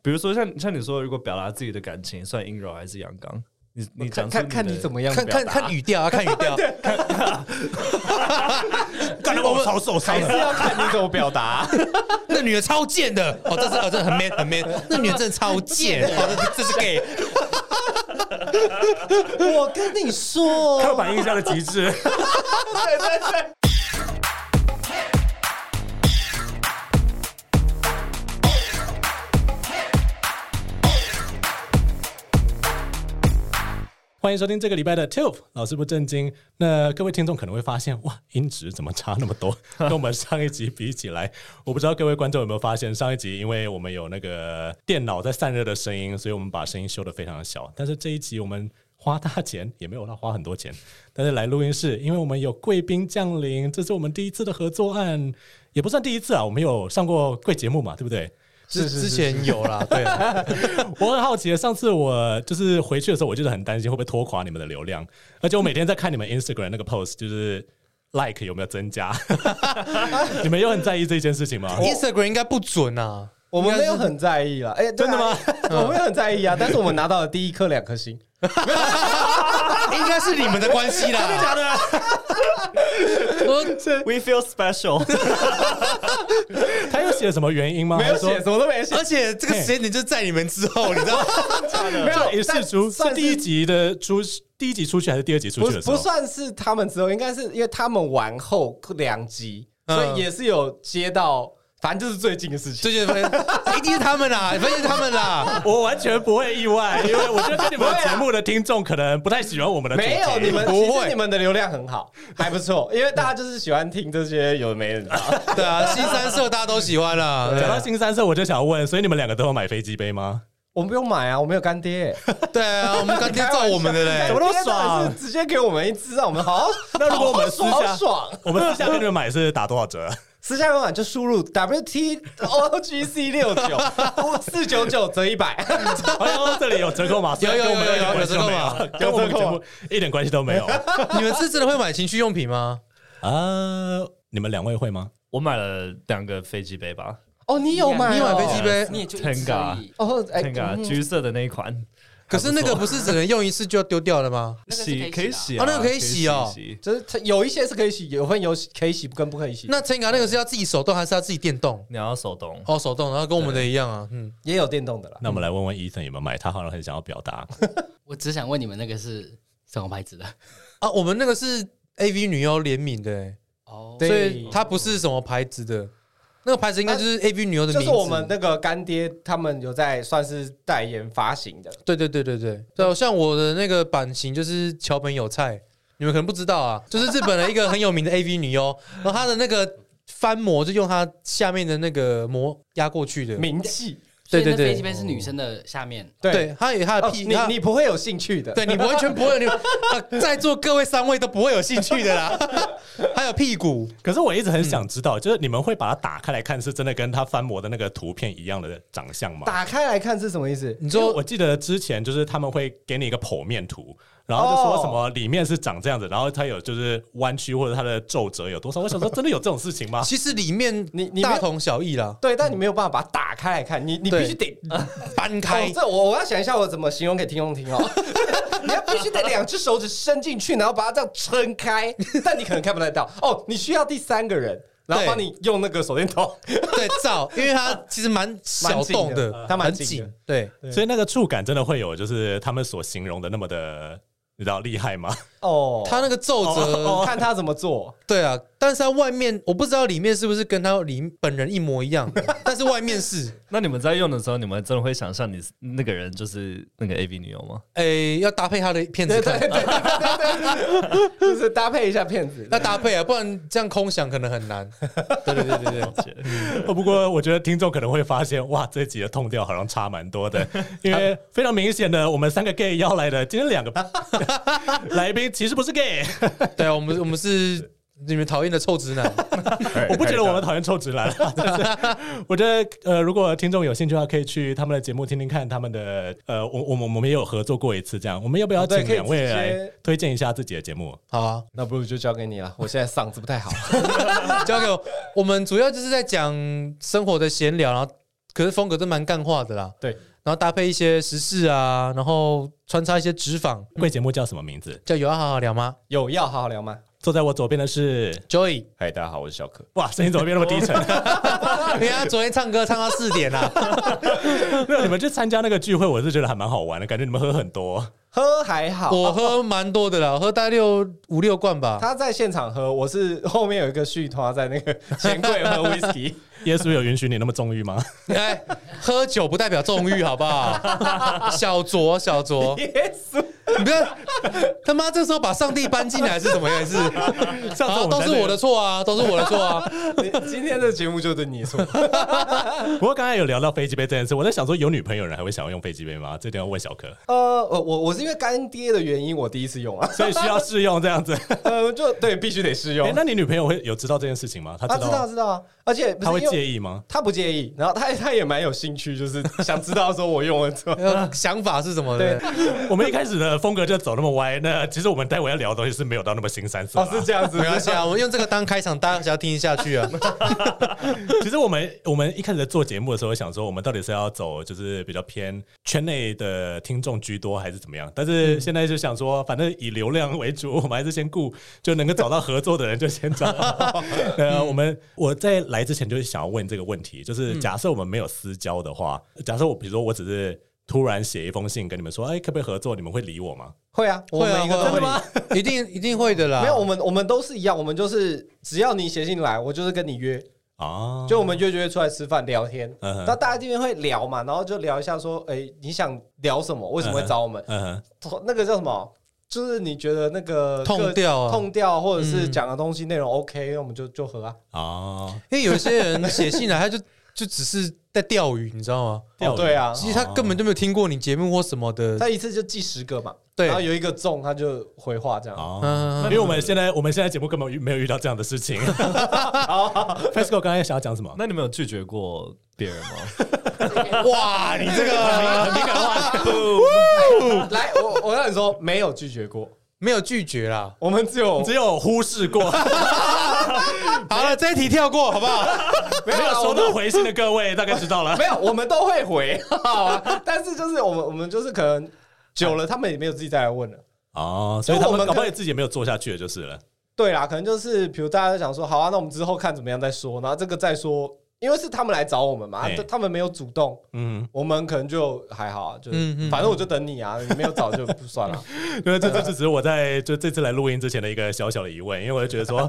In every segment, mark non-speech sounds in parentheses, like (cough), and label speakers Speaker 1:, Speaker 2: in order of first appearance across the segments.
Speaker 1: 比如说像像你说，如果表达自己的感情，算阴柔还是阳刚？你你讲
Speaker 2: 看
Speaker 1: 出
Speaker 2: 看看
Speaker 1: 的
Speaker 2: 你怎么样
Speaker 3: 看
Speaker 2: 表
Speaker 3: 看
Speaker 2: 达
Speaker 3: 看语调啊，看语
Speaker 2: (laughs)
Speaker 3: 调。
Speaker 4: 干得我超受伤
Speaker 2: 还是
Speaker 4: 的。
Speaker 2: 要看你怎么表达。
Speaker 3: 那女的超贱的，哦，这是哦，这很 man
Speaker 2: (laughs)
Speaker 3: 很 man，那女的真的超贱，哦，这这是 gay，
Speaker 2: 我跟你说，
Speaker 1: 刻板印象的极致。
Speaker 4: 欢迎收听这个礼拜的 Tube 老师不正经。那各位听众可能会发现，哇，音质怎么差那么多？跟我们上一集比起来，我不知道各位观众有没有发现，上一集因为我们有那个电脑在散热的声音，所以我们把声音修得非常的小。但是这一集我们花大钱，也没有到花很多钱，但是来录音室，因为我们有贵宾降临，这是我们第一次的合作案，也不算第一次啊，我们有上过贵节目嘛，对不对？
Speaker 3: 之之前有啦，对啊，
Speaker 4: 我很好奇的，上次我就是回去的时候，我就是很担心会不会拖垮你们的流量，而且我每天在看你们 Instagram 那个 post，就是 like 有没有增加， (laughs) 你们有很在意这件事情吗？
Speaker 3: Instagram 应该不准啊，
Speaker 2: 我们没有很在意啦。哎，真
Speaker 4: 的吗？
Speaker 2: (laughs)
Speaker 4: 嗯
Speaker 2: 我没有很在意啊，但是我们拿到了第一颗两颗星，
Speaker 3: 应该是你们的关
Speaker 2: (laughs)
Speaker 3: 系啦。
Speaker 1: We feel special，
Speaker 4: 他有写什么原因吗？
Speaker 2: 没有
Speaker 4: 还哦是说
Speaker 2: 写，什么都没写
Speaker 3: (laughs) 而。且这个时间点就在你们之后，你知道
Speaker 2: (laughs)
Speaker 3: 吗？
Speaker 2: 没有
Speaker 4: 一
Speaker 2: 但
Speaker 4: 试出
Speaker 2: 算
Speaker 4: 嗯是第一集的出，第一集出去还是第二集出
Speaker 2: 不
Speaker 4: 去的时
Speaker 2: 不
Speaker 4: 候？
Speaker 2: 算是他们之后，应该是因为他们完后两集，
Speaker 3: 嗯
Speaker 2: 所以也是有接到，反正就是最近的事情。
Speaker 3: 最近发现一定是他们
Speaker 2: (laughs)
Speaker 3: 啦，发现是他们啦。
Speaker 4: 我完全不会意外，因为我觉得跟你们
Speaker 2: 不会啊
Speaker 4: 节目的听众可能不太喜欢我们的主题。
Speaker 2: 没有你们，
Speaker 3: 不会
Speaker 2: 其实你们的流量很
Speaker 4: (laughs)
Speaker 2: 好，还不错，因为大家就是喜欢听这些有的没人的。
Speaker 4: 嗯
Speaker 3: 对啊，新三社大家都喜欢啦。
Speaker 2: 啊
Speaker 4: 讲到新三社，我就想问，所以你们两个都有买飞机杯
Speaker 2: (laughs)
Speaker 4: 吗？
Speaker 2: 我们不用买啊，我们有干爹，
Speaker 3: 对啊，我们干爹照我们的嘞
Speaker 4: 哎怎么，那么
Speaker 2: 干爹当然是直接给我们一支，让我们好好。
Speaker 4: 那如果我们私
Speaker 2: 好
Speaker 4: 下
Speaker 2: 好，爽，
Speaker 4: 我们私下跟你们买是打多少折？
Speaker 2: 私下购买就输入 WTOGC 六九四九九 (laughs) 折一百，
Speaker 4: 哎呦，这里有折扣码，虽然
Speaker 3: 有有
Speaker 4: 跟我们
Speaker 3: 有
Speaker 4: 一点
Speaker 3: 有
Speaker 4: 关
Speaker 3: 有
Speaker 4: 系都
Speaker 3: 折扣
Speaker 4: 没
Speaker 3: 码
Speaker 4: 有，跟我们
Speaker 2: 有折扣
Speaker 4: 节
Speaker 2: 码
Speaker 4: 目一点关系都没有
Speaker 3: 你们是真的会买情趣用品吗？
Speaker 4: 啊！你们两位会吗？
Speaker 1: 我买了两个飞机杯吧
Speaker 2: 哦，你有买哦？
Speaker 3: 你买飞机杯，
Speaker 5: 哎你也就一次而
Speaker 1: Tenga
Speaker 5: 已。
Speaker 2: 哦，哎，
Speaker 3: 啊
Speaker 1: ，Tenga
Speaker 2: 嗯
Speaker 1: 橘色的那一款，
Speaker 3: 可是那个不是只能用一次就要丢掉了吗？
Speaker 5: 那个是
Speaker 1: 洗
Speaker 5: 可
Speaker 1: 可
Speaker 5: 以
Speaker 1: 以
Speaker 5: 洗
Speaker 1: 洗
Speaker 3: 的
Speaker 1: 啊，
Speaker 3: 哦那个可以洗哦
Speaker 1: 洗
Speaker 2: 就是它有一些是可以洗，有分有洗可以洗跟不可以洗，
Speaker 3: 那 Tenga 那个是要自己手动还是要自己电动？
Speaker 1: 你要手动，
Speaker 3: 哦，手动，然后跟我们的一样啊。嗯，
Speaker 2: 也有电动的啦。
Speaker 4: 那我们来问问伊森有没有买，他好像很想要表达。
Speaker 5: 我只想问你们那个是什么牌子的？
Speaker 3: 啊，我们那个是 AV 女优联名的、欸，
Speaker 5: 哦，
Speaker 2: 对啊
Speaker 3: 所以它不是什么牌子的，那个牌子应该就是 AV 女优的
Speaker 2: 就
Speaker 3: 名字。
Speaker 2: 是我们那个干爹他们有在算是代言发行的，
Speaker 3: 对对对对对，对，像我的那个版型就是桥本有菜，你们可能不知道啊，就是日本的一个很有名的 AV 女优，然后她的那个翻模就用她下面的那个模压过去的，
Speaker 2: 名气。
Speaker 5: 所以
Speaker 3: 对对
Speaker 5: 那
Speaker 3: 对
Speaker 5: 飞机杯是女生的下面，
Speaker 3: 对，她有她
Speaker 2: 哦
Speaker 3: 的屁，
Speaker 2: 你
Speaker 3: 她
Speaker 2: 你不会有兴趣的。
Speaker 3: 对你完全不会，你、啊、在座各位三位都不会有兴趣的啦， (laughs) 还有屁股。
Speaker 4: 可是我一直很想知道，就是你们会把它打开来看，是真的跟他翻模的那个图片一样的长相吗？
Speaker 2: 打开来看是什么意思？
Speaker 3: 你
Speaker 4: 因为
Speaker 3: 说
Speaker 4: 我记得之前就是他们会给你一个剖面图，然后就说什么里面是长这样子，然后它有就是弯曲或者它的皱褶有多少。我想说，真的有这种事情吗？
Speaker 3: 其实里面
Speaker 2: 啊你哦你没有
Speaker 3: 大同小异啦，
Speaker 2: 对，但你没有办法把它打开来看，你你必须得
Speaker 3: 搬
Speaker 2: 哦
Speaker 3: 开，
Speaker 2: 这我我要想一下我怎么形容给听众听哦。 (laughs) 你要必须得两只手指伸进去，然后把它这样撑
Speaker 3: (laughs)
Speaker 2: 开，但你可能看不太到哦。你需要第三个人，然后
Speaker 3: 对
Speaker 2: 帮你用那个手电筒。
Speaker 3: 对照，因为它其实蛮小洞
Speaker 2: 蛮紧的它啊蛮
Speaker 3: 很
Speaker 2: 紧的
Speaker 3: 紧，对。
Speaker 4: 所以那个触感真的会有，就是他们所形容的那么的，你知道厉害吗？
Speaker 2: 哦，
Speaker 3: 它那个皱褶，
Speaker 2: 看他怎么
Speaker 3: (laughs)
Speaker 2: 做。
Speaker 3: 对啊，但是它外面我不知道里面是不是跟它里本人一模一样，但是外面是，
Speaker 1: 那你们在用的时候，你们真的会想象你是那个人就是那个 AV 女友吗？
Speaker 3: 诶，哎要搭配它的片子看， (laughs)
Speaker 2: 就是搭配一下片子。
Speaker 3: 要搭配啊，不然这样空想可能很难。对对对对对，
Speaker 4: (laughs) 呃不过我觉得听众可能会发现，哇，这集的痛调好像差蛮
Speaker 2: (laughs)
Speaker 4: 多的，因为非常明显的，我们三个 gay 邀来的今天两
Speaker 2: (laughs)
Speaker 4: 个来宾其实不是 gay，
Speaker 3: 对啊，我们我们是你们讨厌的臭直男，
Speaker 1: 哎
Speaker 4: 我不觉得我们讨厌臭直男，但是 (laughs) 我觉得呃，如果听众有兴趣的话，可以去他们的节目听听看他们的呃，我我们我们也有合作过一次，这样我们要不要
Speaker 2: 哦对
Speaker 4: 请
Speaker 2: 可以
Speaker 4: 两位
Speaker 2: 直接
Speaker 4: 来推荐一下自己的节目？
Speaker 3: 好啊，
Speaker 2: 那不如就交给你了，我现在嗓
Speaker 3: (laughs)
Speaker 2: 子不太好。
Speaker 3: 交给我。我们主要就是在讲生活的闲聊，然后可是风格都蛮干化的啦。
Speaker 4: 对，
Speaker 3: 然后搭配一些时事啊，然后穿插一些直访，
Speaker 4: 贵节目叫什么名字？
Speaker 3: 叫有啊要好好聊吗
Speaker 2: 有要好好聊吗？
Speaker 4: 坐在我左边的
Speaker 2: 嗯
Speaker 4: 是，
Speaker 3: ？Joy，
Speaker 6: 嗨，大家好，我是小可。
Speaker 4: 哇，声音怎么变那么低
Speaker 2: (laughs)
Speaker 4: 沉？
Speaker 3: 因为他昨天唱歌唱到四点啊啦，
Speaker 4: 没有，你们去参加那个聚会，我是觉得还蛮好玩的，感觉你们喝很多。
Speaker 2: 喝还好，
Speaker 3: 我喝蛮多的啦，我喝大概六五六
Speaker 2: (laughs)
Speaker 3: 罐吧。
Speaker 2: 他在现场喝，我是后面有一个续团在那个钱柜喝
Speaker 3: (laughs)
Speaker 2: whisky， (laughs)
Speaker 4: 耶稣有允许你那么纵欲吗？
Speaker 3: 哎，喝酒不代表纵欲，好不好？小酌小酌，
Speaker 2: 耶稣
Speaker 3: 你不要他妈这时候把上帝搬进来是怎么回事？
Speaker 4: 上次
Speaker 3: 啊，
Speaker 4: 我们
Speaker 3: 都
Speaker 4: 在
Speaker 3: 是
Speaker 4: 那个
Speaker 3: 我的。错啊，都是我的错啊。，
Speaker 2: 你今天的节目就对你说，
Speaker 4: 不过刚才有聊到飞机杯这件事，我在想说，有女朋友的人还会想要用飞机杯吗？这点要问小可，
Speaker 2: (laughs) 呃，我我我是因为干爹的原因，我第一次用 (laughs) 啊，
Speaker 4: 所以需要试用这样子。
Speaker 2: 呃，就对，必须得试用
Speaker 4: 哎，。那你女朋友会有知道这件事情吗？她
Speaker 2: 他
Speaker 4: 知
Speaker 2: 知道
Speaker 4: 道，
Speaker 2: 知道啊，而且
Speaker 4: 她
Speaker 2: 不
Speaker 4: 会
Speaker 2: 是因为
Speaker 4: 介意吗？
Speaker 2: 他不介意，然后他他也蛮有兴趣，就是想 (laughs) 知道说我用了之后
Speaker 3: 呃想法是什么的？
Speaker 4: 我们一开始的风格就走那么歪，那其实我们待会要聊的东西是没有到那么新三色
Speaker 2: 哦
Speaker 4: 啦。
Speaker 2: 是这样子
Speaker 3: (laughs) 没，关系啊，我们用这个当开场，大家只要听下去啊。
Speaker 4: (laughs) 其实我们我们一开始在做节目的时候，想说我们到底是要走就是比较偏圈内的听众居多，还是怎么样？但是现在就想说，反正以流量为主，我们还是先顾就能够找到合作的人就先找。呃，我们我在来之前就是想要问这个问题，就是假设我们没有私交的话，假设我比如说我只是突然写一封信跟你们说，哎，可不可以合作？你们会理我吗？
Speaker 2: (laughs) 会啊，
Speaker 3: 会啊，会
Speaker 2: 真的
Speaker 3: 啊
Speaker 2: 吗？啊
Speaker 3: 会一定一定会的啦。
Speaker 2: 没有，我们我们都是一样，我们就是只要你写信来，我就是跟你约，
Speaker 4: 啊，
Speaker 2: 就我们约约出来吃饭聊天，
Speaker 4: 嗯哼
Speaker 2: 那大家这边会聊嘛，然后就聊一下说，哎、你想聊什么？为什么会找我们？
Speaker 4: 嗯哼
Speaker 2: 同那个叫什么？就是你觉得那个
Speaker 3: 痛
Speaker 2: 各
Speaker 3: 掉啊
Speaker 2: 痛掉，或者是讲的东西内容 OK，那我们就就合啊。
Speaker 4: 啊，
Speaker 3: 因为有一些人写信来，他就就只是在钓鱼，你知道吗？
Speaker 4: 钓鱼
Speaker 2: 哦对啊，
Speaker 3: 其实他根本就没有听过你节目或什么的。
Speaker 2: 他一次就记十个嘛，
Speaker 3: 对
Speaker 2: 然后有一个中他就回话这样。
Speaker 4: 哦
Speaker 3: 嗯，
Speaker 4: 因为我们现在我们现在节目根本遇没有遇到这样的事情。FESCO 刚才想要
Speaker 1: (laughs)
Speaker 4: 讲什么？
Speaker 1: 那你们有拒绝过别人吗？
Speaker 3: 哇，你
Speaker 2: (laughs)
Speaker 3: 这个
Speaker 2: 来，我我让你说，没有拒绝过， (laughs)
Speaker 3: 没有拒绝啦。
Speaker 2: 我们只有
Speaker 4: (laughs) 只有忽视过，
Speaker 3: 好了，这一题跳过好
Speaker 2: (laughs)
Speaker 3: 不好？
Speaker 4: 没有收到回信的各位大概知道了。
Speaker 2: 没有，我们都会回， (laughs) 好啊。但是就是我们我们就是可能久了，他们也没有自己再来问了。
Speaker 4: 哦，所以他
Speaker 2: 就我
Speaker 4: 们
Speaker 2: 们
Speaker 4: 搞不好也自己也没有做下去了，就是了。
Speaker 2: 对啦，可能就是比如大家都想说，好啊，那我们之后看怎么样再说，然后这个再说，因为是他们来找我们嘛，
Speaker 4: 哎
Speaker 2: 就他们没有主动，
Speaker 4: 嗯，
Speaker 2: 我们可能就还好啊，就
Speaker 3: 嗯嗯
Speaker 2: 反正我就等你啊，你没有找就不算了。
Speaker 4: (laughs) 因为这这这只是我在就这次来录音之前的一个小小的疑问，因为我就觉
Speaker 3: (laughs)
Speaker 4: 得说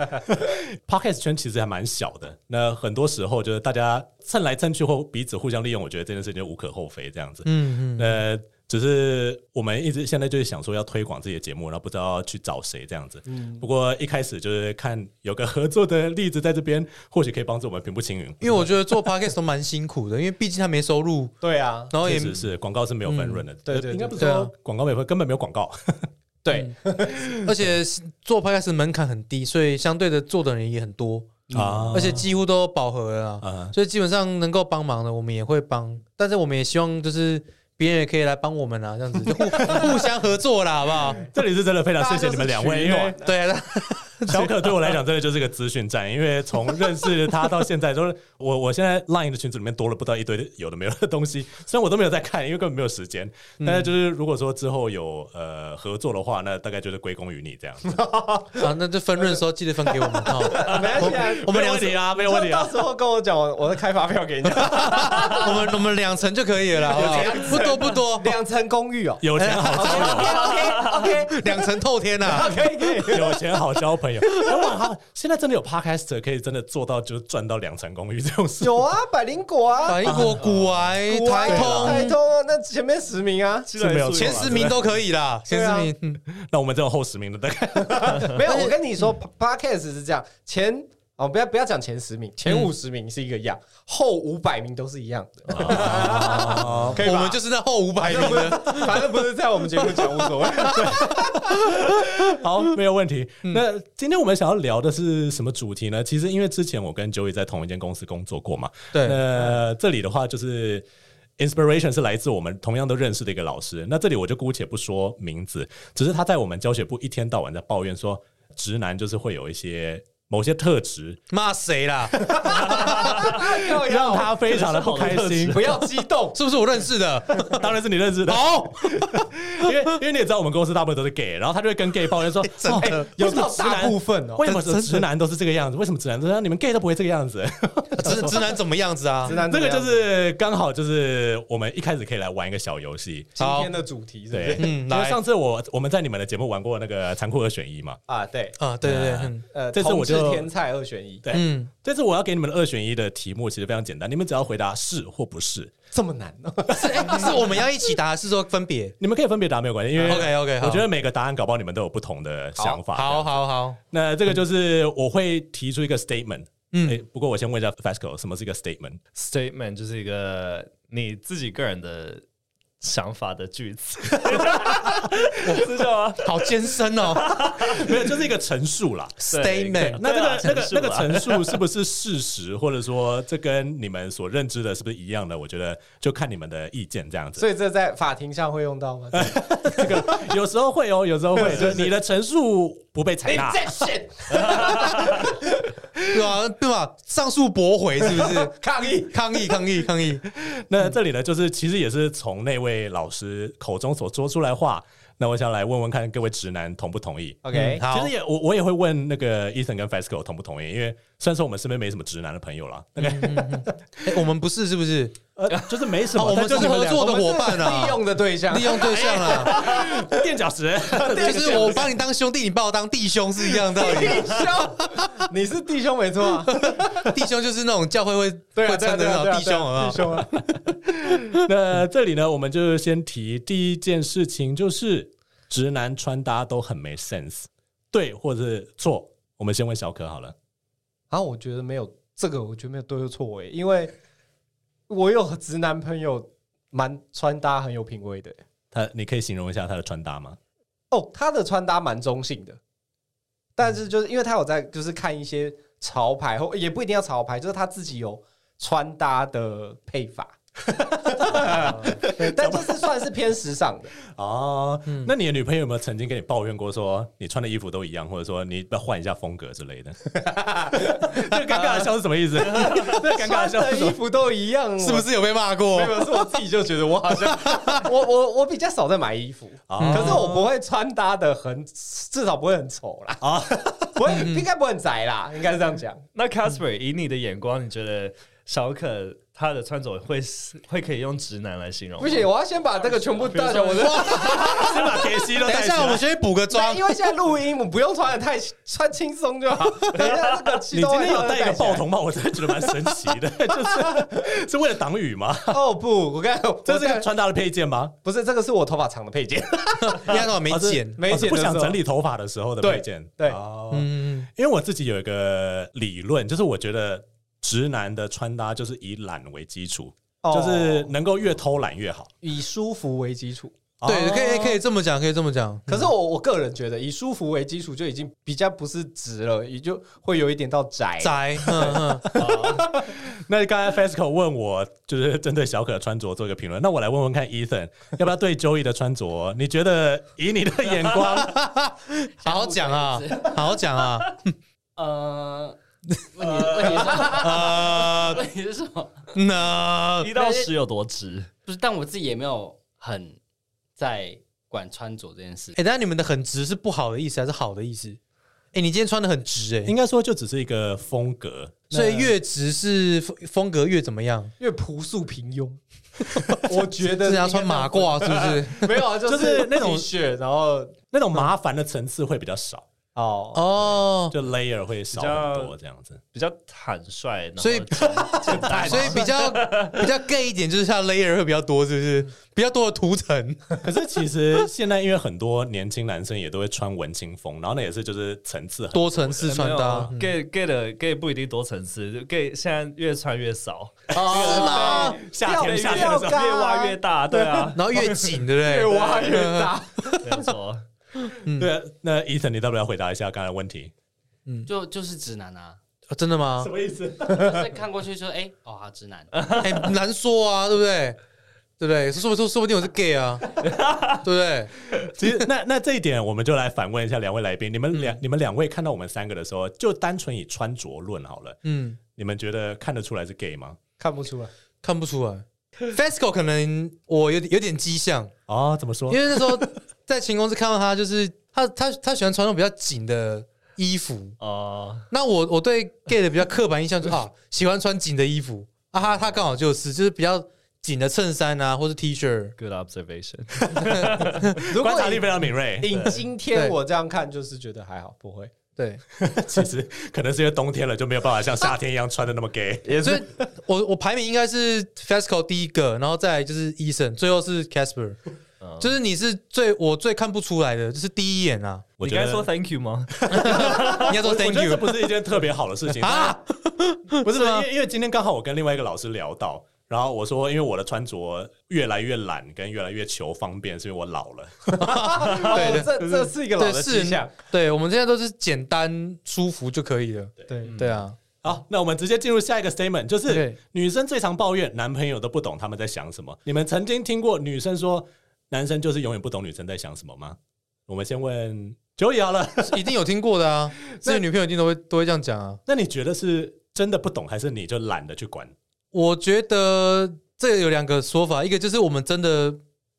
Speaker 4: ，podcast 圈其实还蛮小的，那很多时候就是大家蹭来蹭去或彼此互相利用，我觉得这件事情就无可厚非这样子。
Speaker 3: 嗯嗯，
Speaker 4: 呃，只是我们一直现在就是想说要推广自己的节目，然后不知道去找谁这样子。
Speaker 3: 嗯
Speaker 4: 不过一开始就是看有个合作的例子在这边，或许可以帮助我们平步青云。
Speaker 3: 因为我觉得做 podcast 都蛮辛苦的，因为毕竟他没收入，
Speaker 2: 对啊，
Speaker 3: 然后
Speaker 4: 确
Speaker 3: 也
Speaker 4: 实是广告是没有分润的，呃
Speaker 2: 对对对
Speaker 4: 应该不是
Speaker 3: 对啊
Speaker 4: 说广告没有分，根本没有广告。
Speaker 2: 对，
Speaker 3: 而且做 podcast 门槛很低，所以相对的做的人也很多，
Speaker 4: 啊
Speaker 3: 嗯而且几乎都饱和了啦。
Speaker 4: 啊，
Speaker 3: 所以基本上能够帮忙的，我们也会帮，但是我们也希望就是别人也可以来帮我们啊，这样
Speaker 2: (laughs)
Speaker 3: 子就互互相合作啦，好不好？
Speaker 4: 这里是真的非常谢谢你们两位，因为
Speaker 3: 对啊，
Speaker 4: (laughs) 小可对我来讲真的就是个资讯站，因为从认识他到现在，都是我我现在 Line 的群组里面多了不知道一堆有的没有的东西，虽然我都没有在看，因为根本没有时间。但是就是如果说之后有呃合作的话，那大概就是归功于你这样子。
Speaker 3: 啊，那就分润的时候记得分给
Speaker 2: (laughs)
Speaker 3: 我们哈。
Speaker 2: 没关系啊，
Speaker 3: 我们
Speaker 4: 没
Speaker 3: 两
Speaker 4: 有问
Speaker 3: 成
Speaker 4: 题，啊， (laughs) 没有问题
Speaker 2: 就
Speaker 4: 啊
Speaker 2: 到。时候跟我讲，我我再开发票给你，
Speaker 3: 我们我们两成就可以了啦，好不好？不多不多，
Speaker 2: (laughs) 两层公寓哦。
Speaker 4: 有钱好交
Speaker 2: OK OK
Speaker 3: 两成透天啊呐。
Speaker 2: OK，可以可以，
Speaker 4: 友，有钱好交朋友。哎哇，他现在真的有 podcast 可以真的做到就是赚到两层公寓这种
Speaker 2: (laughs)
Speaker 4: 事。
Speaker 2: 有啊，百灵果啊，
Speaker 3: 反英国古癌、
Speaker 2: 古啊
Speaker 3: 台
Speaker 2: 台
Speaker 3: 通
Speaker 2: 通啊，那前面十名啊，
Speaker 4: 是没有错啦
Speaker 3: 前十名都可以啦，前
Speaker 2: 对啊
Speaker 3: 十名嗯。
Speaker 4: 那我们这种后十名的大概
Speaker 2: 没有，我跟你说，podcast 是这样，前哦不要不要讲前十名，前五十名是一个样，后五百名都是一样的，
Speaker 4: 啊
Speaker 2: 可以吧
Speaker 3: 我们就是那后五百名
Speaker 2: 反正不是 (laughs)
Speaker 3: 的，
Speaker 2: 反正不是在我们节目讲无所谓。
Speaker 4: (laughs) 好，没有问题。
Speaker 1: 嗯
Speaker 4: 那今天我们想要聊的是什么主题呢？其实因为之前我跟 Joey 在同一间公司工作过嘛，
Speaker 3: 对，
Speaker 4: 那这里的话就是。Inspiration 是来自我们同样都认识的一个老师，那这里我就姑且不说名字，只是他在我们教学部一天到晚在抱怨说，直男就是会有一些某些特质，
Speaker 3: 骂谁啦？
Speaker 4: 让他非常的不开
Speaker 1: 这是好的特质。
Speaker 4: 心
Speaker 2: 不要激动，
Speaker 3: 是不是我认
Speaker 2: (laughs)
Speaker 3: 识的？
Speaker 4: 当然是你认识的，
Speaker 3: 好，
Speaker 4: (laughs) 因为因为你也知道我们公司大部分都是 gay，然后他就会跟 gay 抱怨说，
Speaker 3: (laughs) 真
Speaker 4: 哦
Speaker 3: 的
Speaker 4: 哎有
Speaker 2: 不知道
Speaker 4: 直
Speaker 2: 大
Speaker 4: 男
Speaker 2: 部分哦
Speaker 4: 为什么
Speaker 3: 真的
Speaker 4: 直男都是这个样子？为什么直男都是你们 gay 都不会这个样子？
Speaker 3: 直直男怎么样子啊
Speaker 2: 直？男
Speaker 4: 这
Speaker 2: 怎么
Speaker 4: 个
Speaker 2: 样
Speaker 4: 就是刚好就是我们一开始可以来玩一个小游戏，
Speaker 2: 今
Speaker 3: 好
Speaker 2: 天的主题是不是，？
Speaker 4: 对
Speaker 3: 嗯
Speaker 4: 因
Speaker 3: 来
Speaker 4: 为上次我我们在你们的节目玩过那个残酷二选一嘛，
Speaker 2: 啊，对，
Speaker 3: 啊，对对对，嗯
Speaker 2: 呃，
Speaker 4: 这次
Speaker 2: 同
Speaker 4: 我
Speaker 2: 志
Speaker 4: 就
Speaker 2: 天菜二选一，
Speaker 4: 对，
Speaker 3: 嗯，
Speaker 4: 这次我要给你们的二选一的题目其实非常简单，你们只要回答是或不是，
Speaker 2: 这么难哦？
Speaker 3: 是哎是我们要一起答，还是说分别？
Speaker 4: 你们可以分别答没有关系，因为
Speaker 3: OK，OK，好
Speaker 4: 我觉得每个答案搞不好你们都有不同的想法。
Speaker 3: 好，好好，
Speaker 4: 那这个就是我会提出一个 statement。嗯、
Speaker 3: 嗯
Speaker 4: 不过我先问一下 Fasco，什么是一个 statement？
Speaker 1: (laughs) statement 就是一个你自己个人的想法的句子，知道吗
Speaker 3: 好艰
Speaker 2: (laughs)
Speaker 3: 深哦。
Speaker 4: 没有，就是一个陈述啦。
Speaker 3: Statement，
Speaker 4: 那这个、那个、
Speaker 1: 陈述
Speaker 4: 那
Speaker 1: 啦
Speaker 4: 个陈述是不是事实，或者说这跟你们所认知的是不是一样的？我觉得就看你们的意见这样
Speaker 2: (laughs)
Speaker 4: 子。
Speaker 2: 所以这在法庭上会用到吗？
Speaker 3: 哎
Speaker 4: 这个有时候会哦，有时候会，就是你的陈述不被采纳。
Speaker 2: 线
Speaker 3: 对吧？对吧？上诉驳回是不是？
Speaker 2: (laughs) 抗议，嗯
Speaker 3: 抗议，抗议，抗议！
Speaker 4: 那这里呢，就是其实也是从那位老师口中所说出来的话。那我想来问问看各位直男同不同意？
Speaker 2: OK，
Speaker 3: 好
Speaker 4: 其实也我我也会问那个 Ethan 跟 Fasco 同不同意，因为虽然说我们身边没什么直男的朋友啦，大概、
Speaker 3: 哎我们不是是
Speaker 2: (laughs)
Speaker 3: 不是？
Speaker 4: (laughs) 呃就是没什
Speaker 3: 啊
Speaker 4: 么，
Speaker 3: 我们
Speaker 4: 但就是你们
Speaker 3: 合
Speaker 4: 两
Speaker 3: 作
Speaker 4: 个
Speaker 3: 的伙伴
Speaker 2: 利
Speaker 3: 啊，
Speaker 2: 用的对象
Speaker 3: 利，用对象啊，
Speaker 4: 垫脚石，
Speaker 2: 哎啊
Speaker 3: 就是我把你当兄弟，你把我当弟兄是一
Speaker 2: (laughs)
Speaker 3: 样的道理。
Speaker 2: 弟兄，你是弟兄没错
Speaker 3: (laughs)
Speaker 2: 啊，
Speaker 3: 弟兄就是那种教会会
Speaker 2: 对
Speaker 3: 会
Speaker 2: 啊，对啊，
Speaker 3: 称
Speaker 2: 对
Speaker 3: 的
Speaker 2: 啊
Speaker 3: 那
Speaker 2: 对
Speaker 3: 种
Speaker 2: 啊
Speaker 3: 弟兄，好不好
Speaker 2: 弟？兄啊，
Speaker 4: (laughs) 那这里呢，我们就先提第一件事情，就是直男穿搭都很没 sense，对或者是错。我们先问小可好了，
Speaker 2: 啊，我觉得没有这个，我觉得没有对或错诶，因为我有直男朋友，蛮穿搭很有品味的欸
Speaker 4: 他你可以形容一下他的穿搭吗？
Speaker 2: 哦，他的穿搭蛮中性的，但是就是因为他有在就是看一些潮牌，或也不一定要潮牌，就是他自己有穿搭的配
Speaker 3: (laughs)
Speaker 2: 法，对但就是算是偏时尚的。
Speaker 4: 哦，那你的女朋友有没有曾经跟你抱怨过说你穿的衣服都一样，或者说你要换一下风格之 (laughs) 类的？这个尴尬的笑是什么 (laughs) 意思？这个尴尬
Speaker 2: 穿
Speaker 4: 的笑
Speaker 2: 的
Speaker 4: 是什
Speaker 2: 衣
Speaker 4: 么？
Speaker 2: 服都一样，啊
Speaker 3: 是不
Speaker 2: 我？
Speaker 3: 是有被骂过
Speaker 2: 没？有，是我自己就觉得我好像，我我我比较少在买衣服，
Speaker 4: 哦
Speaker 2: 可是我不会穿搭的很，至少不会很丑啦，
Speaker 4: 哦
Speaker 2: 啊， (laughs) 不会，
Speaker 4: 嗯
Speaker 2: 应该不会很宅啦，应该是这样讲。
Speaker 1: 那 Casper，以你的眼光，你觉得小可她的穿着会是会可以用直男来形容吗？
Speaker 2: 不行，我要先把这个全部大家我的
Speaker 4: 先把铁西都
Speaker 3: 等
Speaker 4: 带
Speaker 3: 一
Speaker 4: 起来
Speaker 3: 下，我们先补个妆
Speaker 2: 对， (laughs) 因为现在录音，我不用穿的太穿轻松就
Speaker 4: (laughs)
Speaker 2: 好。等一下那个气
Speaker 4: 你
Speaker 2: 动
Speaker 4: 今
Speaker 2: 会
Speaker 4: 天有戴一个
Speaker 2: 起来
Speaker 4: 爆？筒帽，我 (laughs) 真的觉得蛮神奇的，就是是为了挡雨吗？
Speaker 2: 哦不，我刚才
Speaker 4: 这
Speaker 2: 这
Speaker 4: 是一个
Speaker 2: 是
Speaker 4: 穿搭的配件吗？
Speaker 2: 不是这个是我头发长的配件？
Speaker 3: 你看到没剪？
Speaker 2: 没
Speaker 4: 哦是
Speaker 2: 剪
Speaker 4: 不
Speaker 2: 的时候
Speaker 4: 想整理头发的时候的配件。
Speaker 2: 对对
Speaker 4: 哦
Speaker 3: 嗯，
Speaker 4: 因为我自己有一个理论，就是我觉得直男的穿搭就是以懒为基础，
Speaker 2: 哦
Speaker 4: (laughs) 就是能够越偷懒越好。
Speaker 2: 以舒服为基础。
Speaker 3: 嗯对，可以
Speaker 4: 哦
Speaker 3: 可以这么讲，可以这么讲。
Speaker 2: 可是我我个人觉得，以舒服为基础就已经比较不是直了，也就会有一点到宅。
Speaker 3: 宅，嗯嗯，
Speaker 4: 那刚才 FESCO 问我，就是针对小可的穿着做一个评论。那我来问问看 Ethan，要不 (laughs) 要对 Joey 的穿着，你觉得以你的眼光，
Speaker 3: 好好讲啊，好好讲啊。
Speaker 5: 呃，问你问你是什么？
Speaker 3: (laughs) 呃，
Speaker 5: (laughs) 问你是什么？
Speaker 3: 那
Speaker 1: 一到十有多直？
Speaker 5: 不是，但我自己也没有很在管穿着这件事。
Speaker 3: 哎，但你们的很直是不好的意思还是好的意思？哎，你今天穿的很直哎
Speaker 4: 应，该说就只是一个风格。
Speaker 3: 所以越直是风风格越怎么样？
Speaker 2: 越朴素平
Speaker 3: (laughs)
Speaker 2: 庸，我觉得
Speaker 3: 是要穿马褂是
Speaker 2: (laughs)
Speaker 3: 不是？
Speaker 2: 没有啊，就
Speaker 4: 就是那种
Speaker 2: T 恤，然后
Speaker 4: 那种麻烦的层次会比较少，
Speaker 2: 哦，
Speaker 3: 哦，
Speaker 4: 就 layer 会少很多这样子。
Speaker 1: 比较坦率，然后 (laughs)
Speaker 3: 所以
Speaker 1: 简单
Speaker 3: (laughs) 所以比较 (laughs) 比较 gay 一点，就是它 layer 会比较多，是不是？比较多的涂层，
Speaker 4: 可是其实现在因为很多年轻男生也都会穿文青风，然后那也是就是层次很
Speaker 3: 多层次
Speaker 1: 啊
Speaker 3: 穿搭。
Speaker 2: 啊
Speaker 3: 嗯
Speaker 1: gay gay 的 gay 不一定多层次，gay 现在越穿越少，
Speaker 3: 哦是吗？
Speaker 4: 夏天夏天的时候
Speaker 2: 嘎
Speaker 1: 越挖越大，对啊，
Speaker 3: 然后越紧，对不对？
Speaker 2: (laughs) 越挖越
Speaker 3: (laughs)
Speaker 2: 大。
Speaker 1: 没有错。
Speaker 4: 对啊，那 Ethan，你要不要回答一下刚才的问题？
Speaker 3: 嗯
Speaker 5: 就就是直男啊， (laughs)
Speaker 3: 哦真的吗？
Speaker 4: 么意思？
Speaker 5: 就是看过去就哎、哦，好直男。
Speaker 3: 哎，难说啊，对不对？对不对？说不说说不定我是 gay 啊，对不对？
Speaker 4: 其实那那这一点，我们就来反问一下两位来宾，你们两、你们两位看到我们三个的时候，就单纯以穿着论好了，
Speaker 3: 嗯，
Speaker 4: 你们觉得看得出来是 gay 吗？
Speaker 2: 看不出来。
Speaker 3: 看不出来。FESCO 可能我有有点迹象，
Speaker 4: 哦，怎么说
Speaker 3: 因？为那时候在前公司看到他，就是他他他喜欢穿那种比较紧的衣服。
Speaker 1: 哦，
Speaker 3: 那我我对 gay 的比较刻板印象就是啊，喜欢穿紧的衣服啊，他他刚好就是就是比较紧的衬衫啊，或是 T 恤。
Speaker 1: Good observation。
Speaker 2: 如果
Speaker 4: 观察力非常敏锐，
Speaker 2: 以今天
Speaker 3: 对
Speaker 2: 我这样看，就是觉得还好，不会。
Speaker 3: 对，
Speaker 4: (laughs) 其实可能是因为冬天了，就没有办法像夏天一样穿的那么 gay。
Speaker 3: 所以我我排名应该是 FESCO 第一个，然后再来就是 Eason，最后是 Casper，
Speaker 1: 嗯
Speaker 3: 就是你是最我最看不出来的，就是第一眼啊，
Speaker 4: 我
Speaker 1: 你
Speaker 4: 觉
Speaker 1: 该
Speaker 4: 得
Speaker 1: 说 Thank you (laughs) 吗？
Speaker 3: 你要说
Speaker 4: 我觉
Speaker 3: Thank
Speaker 4: 得这
Speaker 3: you
Speaker 4: 不是一件特别好的
Speaker 3: (laughs)
Speaker 4: 事情，
Speaker 3: 啊，
Speaker 4: 不是
Speaker 3: 是
Speaker 4: 因
Speaker 3: 吗
Speaker 4: 为因为今天刚好我跟另外一个老师聊到，然后我说因为我的穿着越来越懒，跟越来越求方便，是因为我老了。
Speaker 3: 对
Speaker 2: 哦 (laughs)
Speaker 3: (laughs) 对
Speaker 2: 这这是一个老的
Speaker 3: 对是
Speaker 2: 迹象。
Speaker 3: 对，我们现在都是简单舒服就可以了。
Speaker 2: 对，
Speaker 3: 对啊，
Speaker 4: 好，那我们直接进入下一个 statement，就是
Speaker 3: OK
Speaker 4: 女生最常抱怨男朋友都不懂他们在想什么。你们曾经听过女生说男生就是永远不懂女生在想什么吗？我们先问九爷好了， (laughs)
Speaker 3: 一定有听过
Speaker 2: (laughs)
Speaker 3: 的啊，自己女朋友一定都会都会这样讲啊。
Speaker 4: 那你觉得是真的不懂，还是你就懒得去管？
Speaker 3: 我觉得这个有两个说法，一个就是我们真的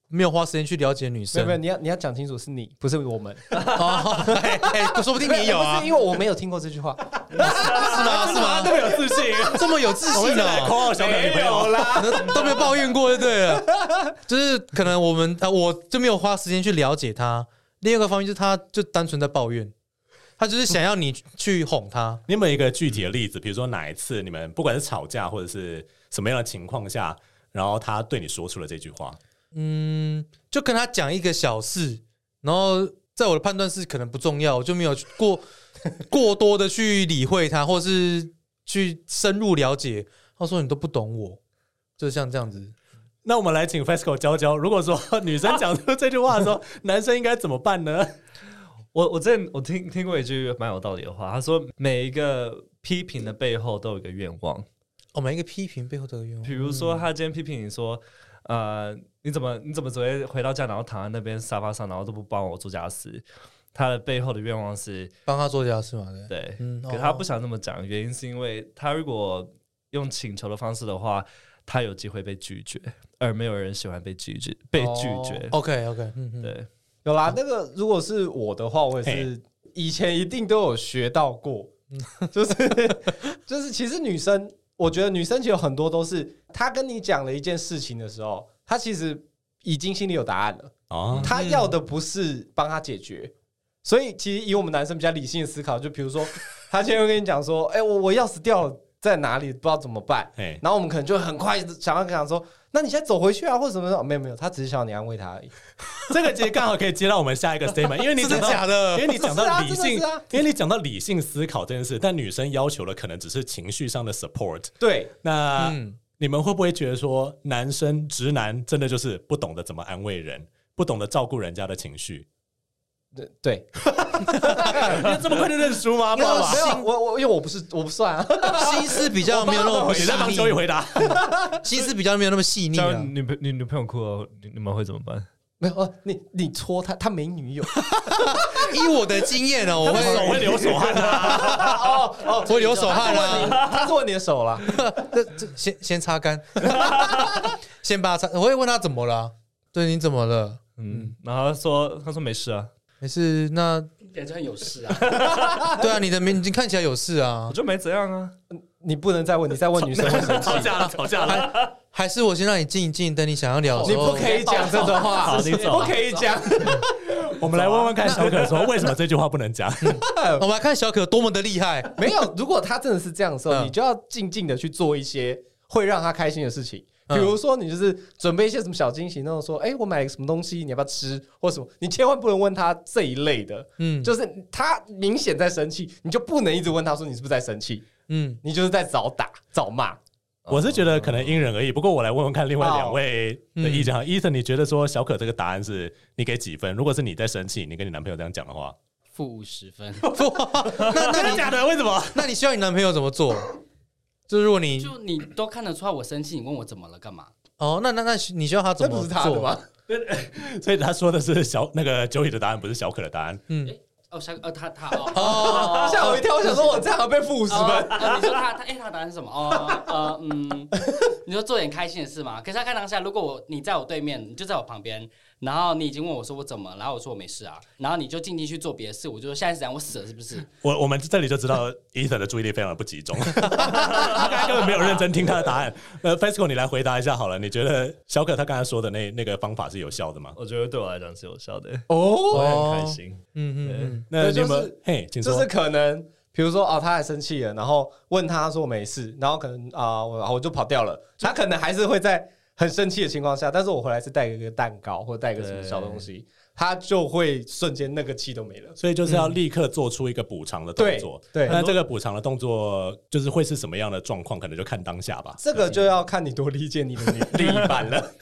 Speaker 3: 没有花时间去了解女
Speaker 2: 没
Speaker 3: 生
Speaker 2: 有没，有，你要你要讲清楚，是你不是我们。
Speaker 3: 哦，哎哎说不定你
Speaker 2: (laughs)
Speaker 3: 有
Speaker 2: 不
Speaker 3: 啊，
Speaker 2: 是
Speaker 3: 是
Speaker 2: 因为我没有听过这句话。
Speaker 3: 吗？是
Speaker 4: 他
Speaker 3: 吗
Speaker 4: 那？么有自信，
Speaker 3: 这么有自
Speaker 4: 我
Speaker 3: 信
Speaker 4: 们是来
Speaker 1: (laughs)
Speaker 3: 啊！
Speaker 4: call out 小美女朋友啦。
Speaker 3: 都没有抱怨过就对了。
Speaker 2: (laughs)
Speaker 3: 就是可能我们啊，我就没有花时间去了解他。另一个方面就是他就单纯在抱怨，他就是想要你去哄他。
Speaker 4: 你有没有一个具体的例子？比如说哪一次你们不管是吵架或者是什么样的情况下，然后他对你说出了这句话？
Speaker 3: 嗯，就跟他讲一个小事，然后在我的判断是可能不重要，我就没有去过 (laughs) 过多的去理会他，或是去深入了解。他说你都不懂我，就像这样子。
Speaker 4: 那我们来请 FESCO 教教，如果说女生讲出这句话的时候，男生应该怎么办呢？
Speaker 1: 我我之前我听听过一句蛮有道理的话，他说每一个批评的背后都有一个愿望。
Speaker 3: 哦，每一个批评背后都有用。啊
Speaker 1: 比如说，他今天批评你说，呃，你怎么你怎么昨天回到家，然后躺在那边沙发上，然后都不帮我做家事？他的背后的愿望是，
Speaker 3: 帮他做家事嘛，对不对。
Speaker 1: 对，
Speaker 3: 嗯
Speaker 1: 可他不想这么讲，原因是因为他如果用请求的方式的话，他有机会被拒绝，而没有人喜欢被拒绝，被拒绝。
Speaker 3: OK OK，嗯嗯，
Speaker 1: 对，
Speaker 2: 有啦，那个如果是我的话，我也是以前一定都有学到过，就是就是，其实女生，我觉得女生其实有很多都是，她跟你讲了一件事情的时候，她其实已经心里有答案了，
Speaker 4: 哦，
Speaker 2: 她要的不是帮她解决，所以其实以我们男生比较理性的思考，就比如说，她今天会跟你讲说，哎、我我钥匙掉了在哪里，不知道怎么办，
Speaker 4: 哎，
Speaker 2: 然后我们可能就很快想要跟她说，那你现在走回去啊，或者什么的，没有没有，她只是想要你安慰她而已。
Speaker 4: 这个其实刚好可以接到我们下一个 statement，因为你
Speaker 3: 真的
Speaker 4: 讲到
Speaker 3: 假的
Speaker 4: (laughs) 因为你讲到理
Speaker 2: 是啊真
Speaker 4: 性，
Speaker 2: 的是啊
Speaker 4: 因为你讲到理性思考这件事，但女生要求的可能只是情绪上的 support。
Speaker 2: 对，
Speaker 4: 那、
Speaker 3: 嗯
Speaker 4: 你们会不会觉得说，男生直男真的就是不懂得怎么安慰人，不懂得照顾人家的情绪？
Speaker 2: 对对，
Speaker 4: 你这么快就认输吗？
Speaker 2: 没
Speaker 4: 不
Speaker 2: 有
Speaker 4: 好吧
Speaker 2: 没有，我我因为我不是我不算啊，
Speaker 3: 心思比较没有那么
Speaker 4: 你
Speaker 3: 细
Speaker 4: 在帮秋
Speaker 3: 腻，
Speaker 4: 雨
Speaker 3: 啊
Speaker 4: 回答。
Speaker 3: 心思比较没有那么细腻
Speaker 1: 假
Speaker 3: 啊
Speaker 1: 如。女朋你女朋友哭了，你你们会怎么办？
Speaker 2: (laughs) 没有哦，你你戳他，他没女 (laughs) 友
Speaker 3: 以我的经验啊呢，我会
Speaker 4: 我会流手汗啊！
Speaker 2: 哦哦，
Speaker 3: 我会流手汗啊，
Speaker 2: 他是问你的手啦，
Speaker 3: 这这先先擦干， (laughs) 先把它擦。我会问他怎么了，啊对你怎么了？
Speaker 1: 嗯，然后他说他说没事啊，
Speaker 3: 没事，那
Speaker 5: 感觉很有事啊。
Speaker 3: 对啊，你的名你看起来有事
Speaker 1: 我
Speaker 3: 啊，
Speaker 1: 就没怎样啊。
Speaker 2: 你不能再问，你再问女 (laughs) 生会生气，
Speaker 4: 吵架了，吵架了！
Speaker 3: 还是我先让你静一静，等你想要聊的
Speaker 2: 你
Speaker 3: 时
Speaker 2: 不
Speaker 3: 候
Speaker 2: 可以讲这种话，
Speaker 1: 好你走
Speaker 2: 不可以讲，
Speaker 4: (laughs) 我们来问问看，小可说为什么这句话不能讲？
Speaker 3: 我们来看小可多么的厉害，
Speaker 2: (laughs) 没有。如果他真的是这样的时候，
Speaker 3: 嗯
Speaker 2: 你就要静静的去做一些会让他开心的事情。比
Speaker 3: 嗯
Speaker 2: 如说，你就是准备一些什么小惊喜，那种说，哎、我买了个什么东西，你要不要吃，或什么，你千万不能问他这一类的，
Speaker 3: 嗯，
Speaker 2: 就是他明显在生气，你就不能一直问他说你是不是在生气，
Speaker 3: 嗯， (laughs)
Speaker 2: 你就是在找打找骂。
Speaker 4: 我是觉得可能因人而异，不过我来问问看另外两位的意见。伊森，你觉得说小可这个答案是你给几分？如果是你在生气，你跟你男朋友这样讲的话，
Speaker 5: (laughs) 负五十
Speaker 3: (laughs)
Speaker 5: 分，
Speaker 3: 那
Speaker 4: (laughs) 真
Speaker 3: 那
Speaker 4: 的
Speaker 3: 你
Speaker 4: 假的？为什么？
Speaker 3: 那你希望你男朋友怎么做？就是如果你
Speaker 5: 就你都看得出来我生气，你问我怎么了干嘛？
Speaker 3: 哦，那那那你希望他
Speaker 2: 这
Speaker 3: 怎
Speaker 2: 不
Speaker 3: 么
Speaker 2: 是他的
Speaker 3: 做？
Speaker 2: 吗？
Speaker 4: 所以他说的是小那个 Joey 的答案，不是小可的答案。
Speaker 3: 嗯，
Speaker 5: 哦，下呃，他他哦 (laughs)
Speaker 2: 吓我一跳！我想说，我这样被
Speaker 3: (laughs)
Speaker 2: 负五十分。
Speaker 5: 哦哦你说他他哎、他答案是什么？哦呃嗯， (laughs) 你说做点开心的事嘛。可是他看当下，如果我你在我对面，你就在我旁边，然后你已经问我说我怎么，然后我说我没事啊，然后你就静静去做别的事，我就说现在是怎样，我死了是不是？
Speaker 4: 我我们这里就知道 Ethan 的注意力非常的不集 (laughs) 中，他刚才根本没有认真听他的答案。呃 f e s c o 你来回答一下好了，你觉得小可他刚才说的那那个方法是有效的吗？
Speaker 1: 我觉得对我来讲是有效的，
Speaker 2: 哦，
Speaker 1: 我也很开心。
Speaker 3: 嗯嗯嗯，
Speaker 4: 那你
Speaker 2: 就
Speaker 4: 们
Speaker 2: 是
Speaker 4: 嘿，请
Speaker 2: 就是
Speaker 4: 说。
Speaker 2: 可能，比如说哦，他还生气了，然后问他说我没事，然后可能啊，我、我就跑掉了。他可能还是会在很生气的情况下，但是我回来是带一个蛋糕或带一个什么小东西，他就会瞬间那个气都没了。
Speaker 4: 所以就是要立刻做出一个补偿的动
Speaker 2: 对
Speaker 4: 作。
Speaker 2: 对，
Speaker 4: 那这个补偿的动作就是会是什么样的状况，可能就看当下
Speaker 2: (laughs)
Speaker 4: 吧。
Speaker 2: 这个就要看你多理解你的另另一半了。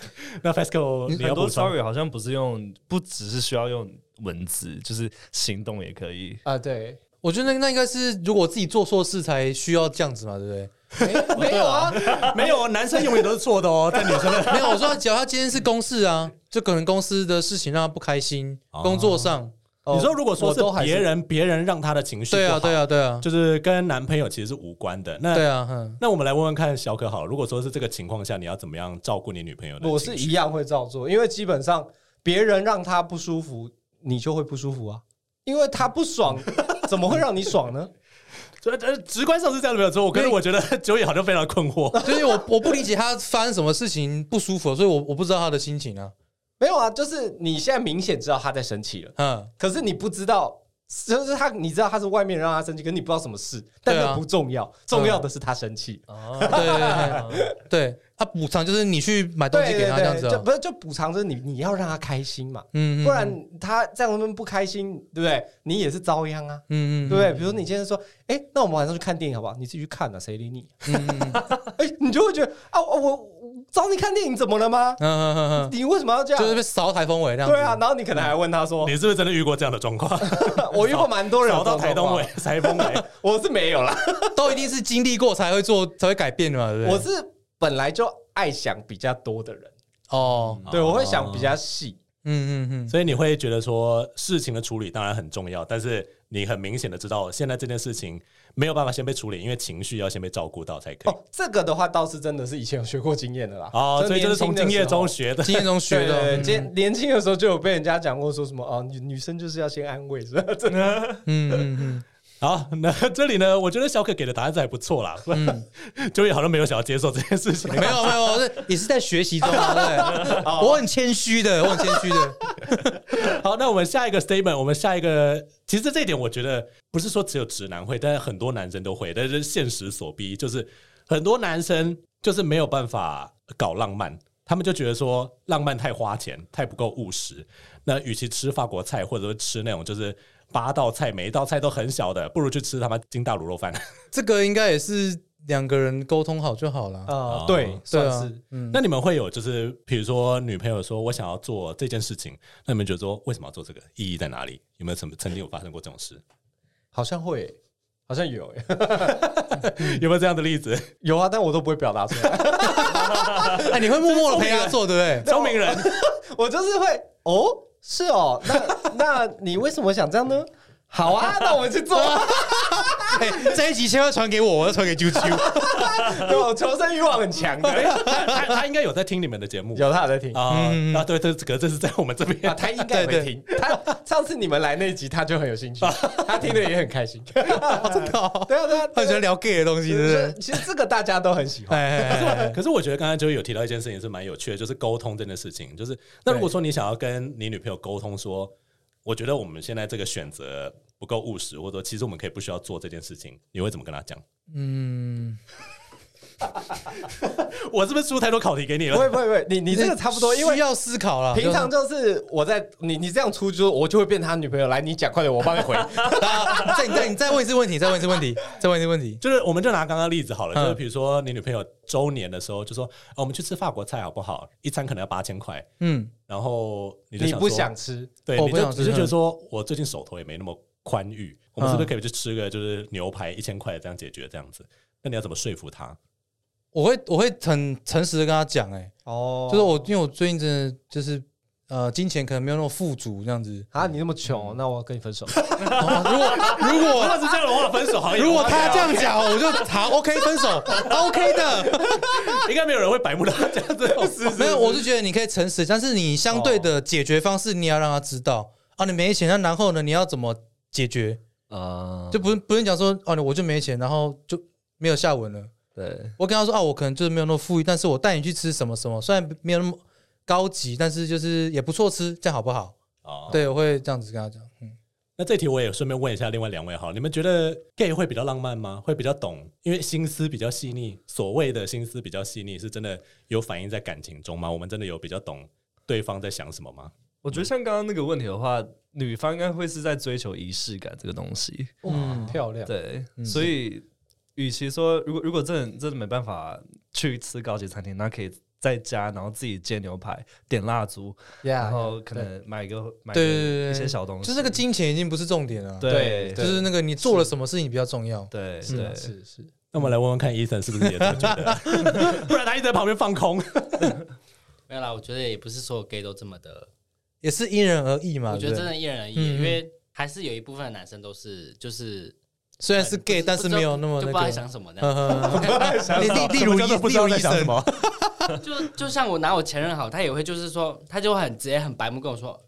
Speaker 4: 那 f e s c o 你
Speaker 1: 很
Speaker 4: 要补
Speaker 1: 多
Speaker 4: 充
Speaker 1: sorry 好像不是用，不只是需要用文字，就是行动也可以。
Speaker 2: 啊，对，
Speaker 3: 我觉得那那应该是如果自己做错事才需要这样子嘛，对不对？
Speaker 2: (laughs) 没没有啊，
Speaker 4: 没有？男生永远都是错的哦，在女生
Speaker 3: (laughs)
Speaker 4: 的
Speaker 3: 没有，我说只要他今天是公事啊，就可能公司的事情让他不开心，
Speaker 4: 哦
Speaker 3: 工作上，哦
Speaker 4: 你说如果说
Speaker 3: 我都还
Speaker 4: 是
Speaker 3: 是
Speaker 4: 别人，别人让他的情绪
Speaker 3: 对
Speaker 4: 不
Speaker 3: 啊，
Speaker 4: 好
Speaker 3: 对，啊，对啊，
Speaker 4: 就是跟男朋友其实是无关的。那
Speaker 3: 对啊，哼，
Speaker 4: 那我们来问问看小可好了，如果说是这个情况下，你要怎么样照顾你女朋友的？
Speaker 2: 我是一，样会照做，因为基本上别人让他不舒服，你就会不舒服啊。因为他不爽，怎么会让你爽呢？ (laughs)
Speaker 4: 这这呃直观上是这样的没有错，可是我觉得九野好像非常
Speaker 3: (laughs)
Speaker 4: 困惑。
Speaker 3: 就是我我不理解他发生什么事情不舒服，所以我我不知道他的心情啊，
Speaker 2: 没有啊，就是你现在明显知道他在生气了，
Speaker 3: 嗯，
Speaker 2: 可是你不知道，就是他，你知道他是外面让他生气，可是你不知道什么事，但
Speaker 3: 对啊
Speaker 2: 那不重要，重要的是他生气。
Speaker 3: 对对对对，他补偿就是你去买东西
Speaker 2: 对
Speaker 3: 给他这样
Speaker 2: 对
Speaker 3: 子
Speaker 2: 对，
Speaker 3: 啊
Speaker 2: 就，不是就补偿，就是你你要让他开心嘛，
Speaker 3: 嗯，嗯
Speaker 2: 不然他在那边不开心，对不对？你也是遭殃啊。
Speaker 3: 嗯嗯，嗯
Speaker 2: 对不对？比如你今天说，哎、那我们晚上去看电影好不好？你自己去看啊，谁理你？
Speaker 3: 嗯嗯嗯
Speaker 2: (laughs) 哎、你就会觉得啊，我我找你看电影怎么了吗？
Speaker 3: 嗯嗯嗯
Speaker 2: 你为什么要这
Speaker 3: 嗯，
Speaker 2: 样？
Speaker 3: 就是被扫台风尾这样子，
Speaker 2: 啊对啊，，然后你可能还问他说啊
Speaker 4: 你，是不是真的遇过这样的状况？
Speaker 2: 我遇过蛮多人
Speaker 4: 找嗯 (laughs) 到台东尾欸
Speaker 2: 尾，、
Speaker 4: 台风尾，
Speaker 2: 我是没有啦，
Speaker 3: 都一定是经历过才会做才会改变的嘛，对不对？
Speaker 2: 我是本来就爱想比较多的人，
Speaker 3: 哦，
Speaker 2: 对我会想比较细，
Speaker 3: 嗯
Speaker 2: (laughs)
Speaker 3: 嗯嗯，
Speaker 4: 所以你会觉得说事情的处理当然很重要，但是你很明显的知道现在这件事情没有办法先被处理，因为情绪要先被照顾到才可以。
Speaker 2: 哦，这个的话倒是真的是以前有学过经验的啦。
Speaker 4: 哦，所以就是从经验中
Speaker 2: 学。
Speaker 4: 学的。
Speaker 3: 经验中学
Speaker 2: 对
Speaker 3: 的，
Speaker 2: 对对，
Speaker 3: 嗯
Speaker 2: 年年轻的时候就有被人家讲过说什么啊，女女生就是要先安慰，是吧？真的
Speaker 3: 嗯嗯嗯
Speaker 4: 好，那这里呢，我觉得小可给的答案是还不错啦，
Speaker 3: 嗯
Speaker 4: (laughs) 九野好像没有想要接受这件事
Speaker 3: (laughs)
Speaker 4: 情。
Speaker 3: 没有没有，这也是在学习中 (laughs) 啊，对不对，我很谦虚的，我很谦虚的，
Speaker 4: 好，那我们下一个 statement，我们下一个，其实这一点我觉得不是说只有直男会，但是很多男生都会，但是现实所逼，就是很多男生就是没有办法搞浪漫，他们就觉得说浪漫太花钱，太不够务实。那与其吃法国菜，或者是吃那种就是八道菜，每一道菜都很小的，不如去吃他妈金大卤肉饭。
Speaker 3: (laughs) 这个应该也是两个人沟通好就好了，
Speaker 2: 啊
Speaker 4: 哦，
Speaker 2: 对，
Speaker 3: 嗯对
Speaker 2: 算
Speaker 3: 啊
Speaker 2: 是，
Speaker 3: 嗯，
Speaker 4: 那你们会有就是，比如说女朋友说我想要做这件事情，那你们觉得说为什么要做这个，意义在哪里？有没有什么曾经有发生过这种事？ (laughs)
Speaker 2: 好像会欸，好像有欸， (laughs)
Speaker 4: 有没有这样的例子？
Speaker 2: 有啊，但我都不会表达出来。 (laughs)
Speaker 3: 哎，你会默默的陪他做，对 (laughs) 不对？
Speaker 4: (laughs) 聪明人。
Speaker 2: 我就是会哦，是哦，那 (laughs) 那你为什么想这样呢？好啊，那我们
Speaker 3: (laughs)
Speaker 2: 去做啊，
Speaker 3: 哎，这一集千万传给我，我要传给 (laughs) 啾啾，
Speaker 2: 对我求生欲望很强的，
Speaker 4: 他他应该有在听你们的节目
Speaker 2: 有他有在听。
Speaker 4: 啊
Speaker 3: 嗯
Speaker 4: 啊，对对，这个这是在我们这
Speaker 2: 啊，
Speaker 4: 边。
Speaker 2: 他应该也
Speaker 3: 对
Speaker 2: 会听。他上次你们来那集，他就很有
Speaker 3: (laughs)
Speaker 2: 兴趣，他听的也很开心。对
Speaker 3: 真的哦，
Speaker 2: 啊， (laughs) 对啊，
Speaker 3: 他很喜欢聊 gay 的东西，
Speaker 2: 其
Speaker 3: 对不对
Speaker 2: 实？其实这个大家都很喜
Speaker 3: (laughs)
Speaker 2: 欢。
Speaker 3: 哎哎哎哎，哎
Speaker 4: (laughs) 可是我觉得刚才就有提到一件事情是蛮有趣的，就是沟通这件事情。就是那如果说你想要跟你女朋友沟通说，我觉得我们现在这个选择不够务实，或者说其实我们可以不需要做这件事情，你会怎么跟她讲？
Speaker 3: 嗯，
Speaker 4: 我是不是出太多考题给你
Speaker 2: 不会
Speaker 4: 了？
Speaker 2: 不会不会，你你这个差不多，因
Speaker 3: 需
Speaker 2: 为
Speaker 3: 要思考了，
Speaker 2: 平常就是我在你你这样出，就是我就会变他女朋友。来，你讲快点，我帮你
Speaker 3: (laughs)
Speaker 2: 回。
Speaker 3: 啊再你再你再问一次问题，再问一次问题，再问一次问题。
Speaker 4: 就是我们就拿刚刚例子好了，
Speaker 3: 嗯
Speaker 4: 就是比如说你女朋友周年的时候，就说、哦、我们去吃法国菜好不好？一餐可能要八千块，
Speaker 3: 嗯，
Speaker 4: 然后你就
Speaker 2: 你不
Speaker 4: 说
Speaker 2: 想吃，
Speaker 4: 对，
Speaker 3: 我
Speaker 4: 你
Speaker 3: 不
Speaker 4: 就
Speaker 3: 想吃
Speaker 4: 你就觉得
Speaker 3: 嗯
Speaker 4: 说我最近手头也没那么宽裕，我们是不是可以去吃个就是牛排一千块这样解决这样子？那你要怎么说服他？
Speaker 3: 我会我会很诚实的跟他讲，哎，
Speaker 2: 哦
Speaker 3: 就是我因为我最近真的就是呃金钱可能没有那么富足这样子。
Speaker 2: 啊，你那么穷哦，那我跟你分手。
Speaker 3: 哦如果如果
Speaker 4: 啊是这样的话，分手好像
Speaker 3: (laughs)
Speaker 4: 也
Speaker 3: 如果他这样讲，我就好 OK 分手 OK 的。
Speaker 4: 应该没有人会白目到这样子，是
Speaker 3: 没有，我是觉得你可以诚实，但是你相对的解决方式，你也要让他知道啊，你没钱，那然后呢，你要怎么解决？
Speaker 1: 啊，
Speaker 3: 就不是不是讲说哦，我就没钱，然后就没有下文了。
Speaker 1: 对，
Speaker 3: 我跟他说啊，我可能就是没有那么富裕，但是我带你去吃什么什么，虽然没有那么高级，但是就是也不错吃，这样好不好？
Speaker 4: 哦。
Speaker 3: 对，我会这样子跟他讲。嗯，
Speaker 4: 那这题我也顺便问一下另外两位哈，你们觉得 gay 会比较浪漫吗？会比较懂，因为心思比较细腻。所谓的心思比较细腻，是真的有反映在感情中吗？我们真的有比较懂对方在想什么吗？
Speaker 1: 我觉得像刚刚那个问题的话，女方应该会是在追求仪式感这个东西。
Speaker 2: 哇，漂亮！
Speaker 1: 对，所以与其说如果如果真的真的没办法去吃高级餐厅，那可以在家，然后自己煎牛排、点蜡烛，
Speaker 2: 呀
Speaker 1: 然后可能买个买
Speaker 3: 啊对对对
Speaker 1: 个
Speaker 3: 对，
Speaker 1: 一些小东西，
Speaker 3: 就是那个金钱已经不是重点了，，
Speaker 1: 对
Speaker 3: 就是那个你做了什么事情比较重要。
Speaker 1: 对
Speaker 2: 是啊
Speaker 1: 对，
Speaker 2: 是是，
Speaker 4: 那我们来问问看伊森是不是也这么觉得？
Speaker 3: (laughs)
Speaker 4: 不然他一直在旁边放空。
Speaker 5: 没有啦，我觉得也不是所有 gay 都这么的，
Speaker 3: 也是因人而异嘛。
Speaker 5: 我觉得
Speaker 3: 啊对不
Speaker 5: 真
Speaker 3: 对
Speaker 5: 的因人而异，
Speaker 3: 嗯嗯
Speaker 5: 因为还是有一部分的男生都是哎就是
Speaker 3: 虽然是 gay，但是没有那么
Speaker 5: 就
Speaker 3: 那
Speaker 5: 不知道在
Speaker 3: 个。
Speaker 5: 想什么那样。
Speaker 3: 嗯你例例
Speaker 4: 什
Speaker 3: 如
Speaker 4: 么
Speaker 3: 医
Speaker 4: 叫做不
Speaker 3: 例
Speaker 4: 知道
Speaker 3: 如
Speaker 4: 在
Speaker 3: 医
Speaker 4: 想什
Speaker 3: 生，
Speaker 4: 么？
Speaker 5: (laughs) 就就像我拿我前任好，他也会就是说，他就很直接很白目跟我说，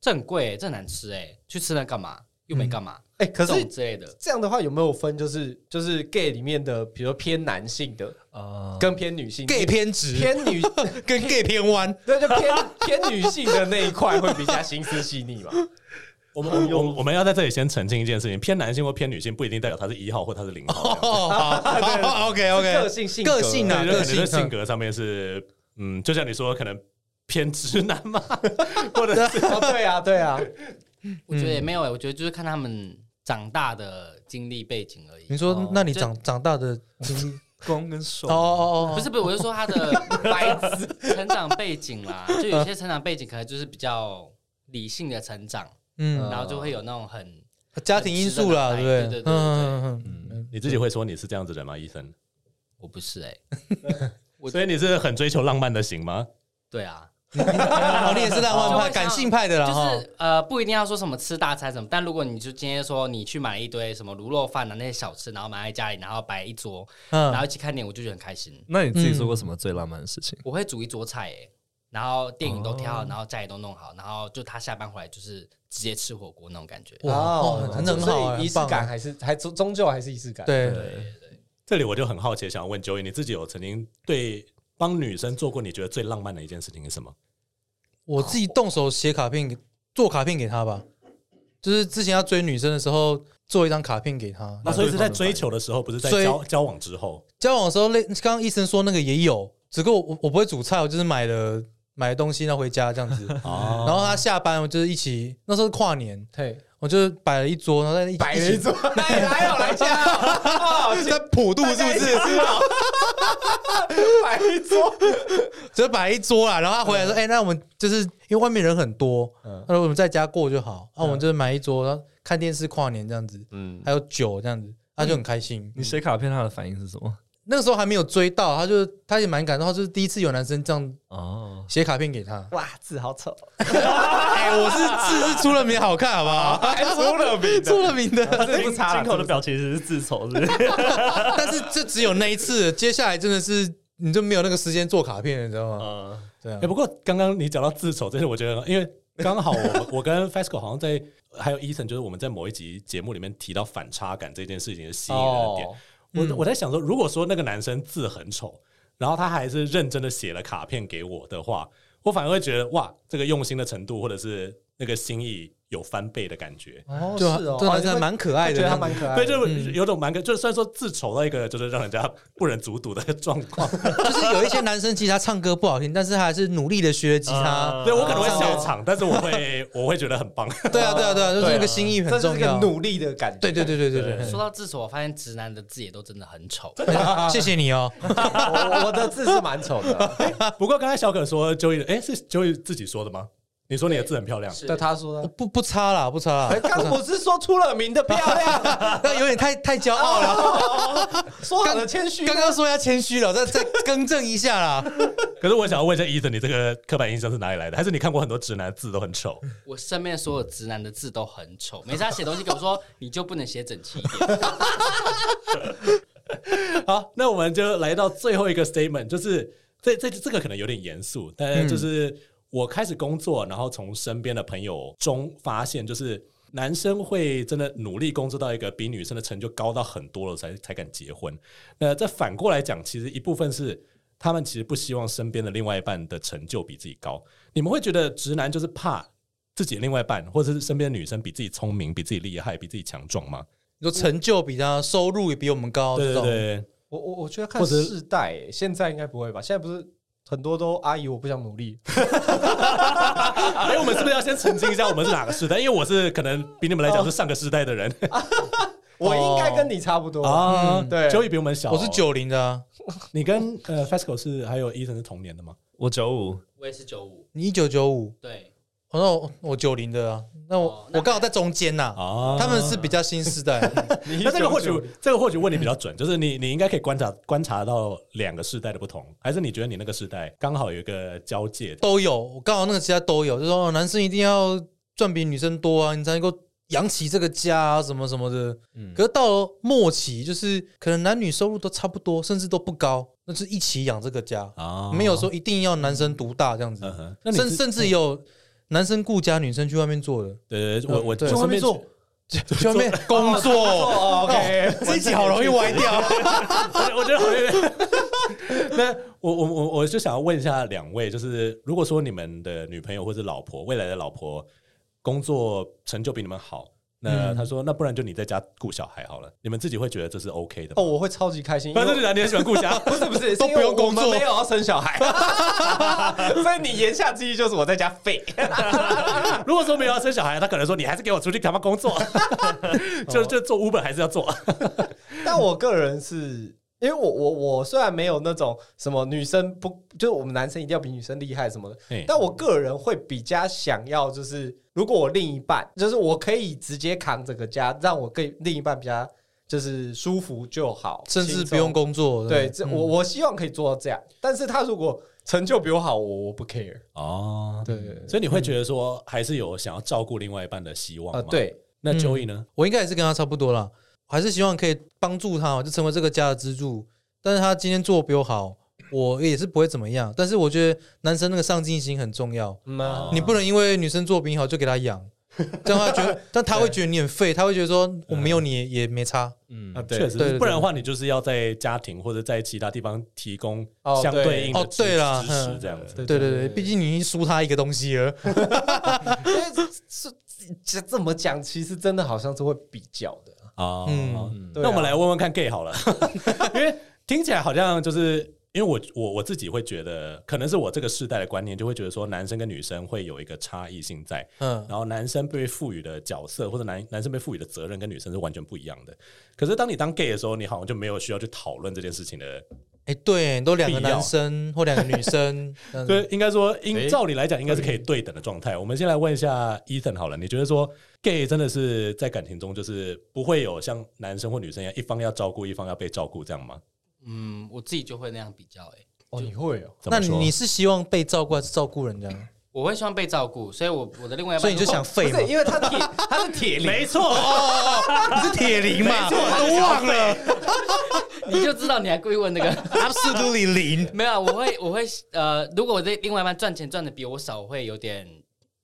Speaker 5: 这很贵、这很难吃哎、去吃那干嘛？又
Speaker 3: 嗯
Speaker 5: 没干嘛，
Speaker 2: 哎，可
Speaker 5: 这
Speaker 2: 是
Speaker 5: 种之类的。
Speaker 2: 这样的话有没有分？就是就是 gay 里面的，比如说偏男性的
Speaker 1: 啊，
Speaker 2: 跟偏女性
Speaker 3: gay 偏直，
Speaker 2: 偏女，
Speaker 3: 跟 gay 偏弯，
Speaker 2: 对，就偏偏女性的那一块会比较心思细腻嘛？
Speaker 4: 我们我们我们要在这里先澄清一件事情：偏男性或偏女性不一定代表他是一号或他是零号这样子。
Speaker 3: 哦，好
Speaker 4: (laughs)
Speaker 3: ，OK
Speaker 2: 个
Speaker 3: OK，
Speaker 2: 性性
Speaker 3: 个性
Speaker 2: 呢？
Speaker 3: 啊，
Speaker 4: 对，就
Speaker 3: 个
Speaker 4: 可能
Speaker 3: 性
Speaker 4: 在性格上面是，嗯，就像你说，可能偏直男 (laughs) 嘛，或者是
Speaker 2: 哦，对啊，对啊，
Speaker 5: 我觉得也没有哎、我觉得就是看他们长大的经历背景而已。
Speaker 3: 你说
Speaker 1: 哦，
Speaker 3: 那你
Speaker 5: 就
Speaker 3: 长长大的经历？
Speaker 1: 光跟手
Speaker 3: 哦哦哦，
Speaker 5: 不是不是，我是说
Speaker 3: (laughs)
Speaker 5: 他的白纸成长背景啦，就有些成长背景可能就是比较理性的成长，
Speaker 3: 嗯，
Speaker 5: 然后就会有那种很
Speaker 3: 家庭因素啦，
Speaker 5: 呃很
Speaker 3: 对
Speaker 5: 直
Speaker 3: 不
Speaker 5: 的
Speaker 3: 对
Speaker 5: 对对对？对
Speaker 3: 嗯嗯嗯，
Speaker 4: 你自己会说你是这样子的人吗，医生？
Speaker 5: 我不是哎、我
Speaker 4: 所以你是很追求浪漫的型吗？
Speaker 5: 对啊，
Speaker 3: 哦，你也是浪漫派、感性派的啦，
Speaker 5: 就
Speaker 3: 哈。
Speaker 5: 是呃不一定要说什么吃大餐什么，但如果你就今天说你去买一堆什么卤肉饭啊那些小吃，然后买在家里，然后摆一桌，然
Speaker 3: 嗯
Speaker 5: 后一起看电影，我就觉得很开心。
Speaker 1: 那你自己做过什么最浪漫的事情？
Speaker 5: 我会煮一桌菜哎、然后电影都挑好，然后家里都弄好，然后就他下班回来就是直接吃火锅那种感觉。
Speaker 3: 哇哦很很好
Speaker 2: 所
Speaker 3: 哎
Speaker 2: 以仪式
Speaker 3: 很棒
Speaker 2: 感
Speaker 3: 哎
Speaker 2: 还是还终终究还是仪式感。
Speaker 3: 对，
Speaker 1: 对，
Speaker 4: 这里我就很好奇，想要问 Joey，你自己有曾经对帮女生做过你觉得最浪漫的一件事情是什么？
Speaker 3: 我自己动手写卡片给做卡片给他吧，就是之前要追女生的时候做一张卡片给他，
Speaker 4: 那所以是在追求的时候，不是在
Speaker 3: 追
Speaker 4: 交交往之后。
Speaker 3: 交往的时候，类刚刚医生说那个也有，只不过我我不会煮菜，我就是买了买了东西，然后回家这样 (laughs) 子。
Speaker 4: 哦，
Speaker 3: 然后他下班，我就是一起，那时候是跨年，
Speaker 2: 对，
Speaker 3: 我就是摆了一桌，然后在一起
Speaker 2: 摆了一
Speaker 3: (laughs)
Speaker 2: 桌，来来哦，来家哦，
Speaker 3: 一起在普渡是不是？
Speaker 2: (laughs) 摆一桌，
Speaker 3: 只是摆一桌啦。然后他回来说：“哎、那我们就是因为外面人很多，
Speaker 2: 嗯
Speaker 3: 他说我们在家过就好。啊那、我们就是买一桌，然后看电视跨年这样子，
Speaker 2: 嗯，
Speaker 3: 还有酒这样子，他就很开心。
Speaker 1: 你写卡片，他的反应是什么？
Speaker 3: 那个时候还没有追到，他就他也蛮感动，他就是第一次有男生这样
Speaker 1: (laughs) 哦，
Speaker 3: 写卡片给他。
Speaker 2: 哇，字好丑，
Speaker 3: 哎、我是字是出了名好看，好
Speaker 2: (laughs)
Speaker 3: 不好？
Speaker 2: 还哎出了名
Speaker 3: (laughs) 出了名的，
Speaker 2: 这不差了
Speaker 1: 金口的表情是自丑，是不是？
Speaker 3: 但是就只有那一次，接下来真的是你就没有那个时间做卡片了，你知道吗？
Speaker 1: 嗯
Speaker 3: 对啊
Speaker 4: 哎、，不过刚刚你讲到自首，这是我觉得，因为刚好我我跟 FESCO 好像在，还有 Ethan，就是我们在某一集节目里面提到反差感这件事情的吸引人的点。
Speaker 2: 哦
Speaker 4: 我我在想说，如果说那个男生字很丑，然后他还是认真的写了卡片给我的话，我反而会觉得哇，这个用心的程度或者是那个心意有翻倍的感觉。
Speaker 2: 哦，
Speaker 3: 就啊这
Speaker 2: 是哦，
Speaker 3: 个男生还蛮可爱
Speaker 2: 我
Speaker 3: 的
Speaker 2: 觉
Speaker 3: 这
Speaker 2: 得他
Speaker 3: 样
Speaker 2: 蛮
Speaker 3: 子，
Speaker 2: 可爱
Speaker 4: 对，
Speaker 2: 的，
Speaker 4: 就有种蛮个，就虽然说字丑到一个就是让人家不忍卒睹的状况，
Speaker 3: 就是有一些男生其实他唱歌不好听，但是他还是努力的学吉他。
Speaker 2: 嗯
Speaker 1: 啊
Speaker 4: 对我可能会笑场，但是我会我会觉得很棒。
Speaker 3: 对啊，对啊，对啊，就是
Speaker 2: 对啊
Speaker 3: 那个心意
Speaker 2: 这
Speaker 3: 很
Speaker 2: 就是
Speaker 3: 重
Speaker 2: 个
Speaker 3: 要。
Speaker 2: 努力的感觉。
Speaker 3: 对对对对对对
Speaker 5: 说
Speaker 3: 对
Speaker 5: 到自首，我发现直男的字也都真的很丑。
Speaker 3: 哎， (laughs) 谢谢
Speaker 2: (laughs)
Speaker 3: 你哦。
Speaker 2: 我我的字是蛮丑的，
Speaker 3: (laughs)
Speaker 4: 不过刚才小可说 Joey，哎、是 Joey 自己说的吗？你说你的字很漂亮，
Speaker 5: 是
Speaker 2: 但他说
Speaker 3: 不不差啦，不差啦，
Speaker 2: 他，哎刚不是说出了名的漂
Speaker 3: (laughs)
Speaker 2: 亮，啊
Speaker 3: 那有点太太骄
Speaker 2: (laughs)
Speaker 3: 傲了。
Speaker 2: 哦说好的谦虚呢
Speaker 3: 刚，刚说要谦虚了，
Speaker 2: (laughs)
Speaker 3: 再再更正一下啦。
Speaker 4: 可是我想要问一下伊森，你这个刻板印象是哪里来的？还是你看过很多直男字都很丑？
Speaker 5: 我身边所有直男的字都很丑，每次他写东西给我说，你就不能写整齐一点。
Speaker 4: (laughs) 好，那我们就来到最后一个 statement，就是这这这个可能有点严肃，
Speaker 3: 嗯
Speaker 4: 但就是我开始工作，然后从身边的朋友中发现，就是男生会真的努力工作到一个比女生的成就高到很多了才才敢结婚。那这反过来讲，其实一部分是。他们其实不希望身边的另外一半的成就比自己高。你们会觉得直男就是怕自己的另外一半，或者是身边的女生比自己聪明、比自己厉害、比自己强壮吗？
Speaker 3: 你说成就比他收入也比我们高，哦
Speaker 4: 对
Speaker 3: 这
Speaker 4: 对
Speaker 3: 种
Speaker 4: 对，
Speaker 2: 我我我觉得看
Speaker 4: 或者
Speaker 2: 世代欸、现在应该不会吧？现在不是很多都阿姨，我不想努
Speaker 3: (laughs)
Speaker 2: 力，
Speaker 4: 哎，我们是不是要先澄清一下我们是哪个时代？因为我是可能比你们来讲是上个时代的人
Speaker 2: 我应
Speaker 3: 哦
Speaker 2: 该跟你差不多。
Speaker 4: (laughs)
Speaker 3: 嗯
Speaker 4: 啊
Speaker 2: 对
Speaker 4: 九也比我们小。
Speaker 3: 我是，九零的啊，
Speaker 4: 你跟呃 Fasco 是还有 Ethan 是同年的吗？
Speaker 1: 我九 (laughs) 五，
Speaker 5: 我也是九五，
Speaker 3: 你一九九五，
Speaker 5: 对，
Speaker 3: 哦那我我九零的啊，那我
Speaker 5: 哦那
Speaker 3: 我刚好在中间呐。
Speaker 4: 啊
Speaker 3: 他们是比较新时代，
Speaker 4: 那这个或许这个或许问你比较准，就是你你应该可以观察观察到两个世代的不同，还是你觉得你那个世代刚好有一个交界？
Speaker 3: 都有，我刚好那个时代都有，就说哦男生一定要赚比女生多啊，你才能够养起这个家啊，什么什么的。
Speaker 1: 嗯
Speaker 3: 可是到了末期，就是可能男女收入都差不多，甚至都不高，那就是一起养这个家，
Speaker 4: 啊
Speaker 3: 没有说一定要男生独大这样
Speaker 4: 嗯
Speaker 3: 子，
Speaker 4: 哼，那你
Speaker 3: 甚
Speaker 4: 是
Speaker 3: 甚至有男生顾家，女生去外面做
Speaker 4: (laughs)
Speaker 3: 的，
Speaker 4: 呃，我我
Speaker 3: 对
Speaker 4: 我
Speaker 3: 去外面
Speaker 4: 身边
Speaker 3: 做，去外面工作。
Speaker 2: 哦，OK，
Speaker 3: (laughs) 这一集好容易歪
Speaker 4: (laughs)
Speaker 3: 掉，
Speaker 4: 我我觉得好像。那 (laughs) 我我我我就想要问一下两位，就是如果说你们的女朋友或者老婆，未来的老婆工作成就比你们好，那
Speaker 3: 嗯
Speaker 4: 他说那不然就你在家顾小孩好了，你们自己会觉得这是 OK 的吗？
Speaker 2: (laughs) 哦，我会超级开心，
Speaker 4: 反
Speaker 2: 因
Speaker 4: 正
Speaker 2: 为，
Speaker 4: 你你很喜欢顾家
Speaker 2: 不是不是，
Speaker 3: 都
Speaker 2: 是因为
Speaker 3: 不用工作
Speaker 2: 我们没有要生小 (laughs) 孩，所以你言下之意就是我在家废。
Speaker 4: 如果说没有要生小孩，他可能说你还是给我出去他妈
Speaker 3: (laughs)
Speaker 4: 工作，
Speaker 3: 哦
Speaker 4: 就就做 Uber 还是要做。
Speaker 2: 但我个人是。因为我我我虽然没有那种什么女生不，就是我们男生一定要比女生厉害什么的，
Speaker 4: 嘿
Speaker 2: 但我个人会比较想要，就是如果我另一半，就是我可以直接扛整个家，让我跟另一半比较就是舒服就好，
Speaker 3: 甚
Speaker 2: 轻
Speaker 3: 至
Speaker 2: 松
Speaker 3: 不用。工作。
Speaker 2: 对，这我
Speaker 3: 嗯
Speaker 2: 我希望可以做到这样，但是他如果成就比我好，我我不 care。
Speaker 4: 哦，
Speaker 2: 对对对，
Speaker 4: 所以你会觉得说还是有想要照顾另外一半的希望
Speaker 2: 呃
Speaker 4: 吗？，
Speaker 2: 对，
Speaker 3: 嗯
Speaker 4: 那 Joey 呢？
Speaker 3: 我应该也是跟他差不多啦，还是希望可以帮助他，就成为这个家的支柱。但是他今天做得比我好，我也是不会怎么样。但是我觉得男生那个上进心很重要，
Speaker 2: 嗯啊
Speaker 4: 哦
Speaker 3: 你不能因为女生做得比你好就给她养，这样他觉得，但他会觉得你很废，他会觉得说我没有你也也没差。
Speaker 1: 嗯
Speaker 2: 啊，，对，
Speaker 4: 确实
Speaker 3: 对对
Speaker 4: 是，
Speaker 3: 对
Speaker 4: 不然的话，你就是要在家庭或者在其他地方提供
Speaker 2: 哦
Speaker 4: 相对应的
Speaker 3: 哦
Speaker 4: 支
Speaker 3: 对啦
Speaker 4: 支持
Speaker 3: 嗯
Speaker 4: 这样子。
Speaker 2: 对
Speaker 3: 对对对，毕竟你已经输他一个东西了。
Speaker 2: 因为是这这么讲，其实真的好像是会比较的。
Speaker 4: 啊
Speaker 3: 嗯
Speaker 2: 对啊
Speaker 4: 那我们来问问看 gay 好
Speaker 3: (laughs)
Speaker 4: 了，因为听起来好像就是因为我我我自己会觉得，可能是我这个世代的观念就会觉得说，男生跟女生会有一个差异性在，
Speaker 3: 嗯，
Speaker 4: 然后男生被赋予的角色或者男男生被赋予的责任跟女生是完全不一样的。可是当你当 gay 的时候，你好像就没有需要去讨论这件事情的，
Speaker 3: 哎，对，都两个
Speaker 4: 必要
Speaker 3: 男生或两个女生，嗯这样子
Speaker 4: 对，应该说，应
Speaker 1: 诶
Speaker 4: 照理来讲，应该是可以对等的状态。我们先来问一下 Ethan 好了，你觉得说 gay 真的是在感情中就是不会有像男生或女生一样，一方要照顾，一方要被照顾这样吗？
Speaker 5: 嗯，我自己就会那样比较、欸，
Speaker 2: 哦，你会哦？
Speaker 4: 怎
Speaker 3: 那
Speaker 4: 么
Speaker 3: 你
Speaker 4: 说
Speaker 3: 你是希望被照顾还是照顾人家？
Speaker 5: 我会希望被照顾，所以我我的另外一半，
Speaker 3: 所以你就想废
Speaker 2: 不
Speaker 3: 嘛？
Speaker 2: 是，因 (laughs) 为他铁，他是铁
Speaker 4: 没
Speaker 2: 零，
Speaker 4: 错，
Speaker 3: 你是铁零嘛？我都忘了
Speaker 5: (laughs) 你就知道你还故意问那个 (laughs)
Speaker 3: ，absolutely 零。
Speaker 5: 没有啊，我会我会呃，如果我的另外一半赚钱赚的比我少，我会有点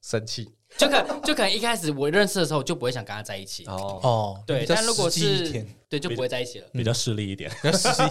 Speaker 2: 生气
Speaker 5: 就可就可能一开始我认识的时候就不会想跟他在一起，
Speaker 2: 哦。
Speaker 3: 哦，
Speaker 5: 对，但如果
Speaker 3: 一
Speaker 5: 是
Speaker 3: 点，
Speaker 5: 对就不会在一起
Speaker 3: (laughs)
Speaker 5: 了，
Speaker 4: 比较势利一点。 (laughs)
Speaker 3: 比较实际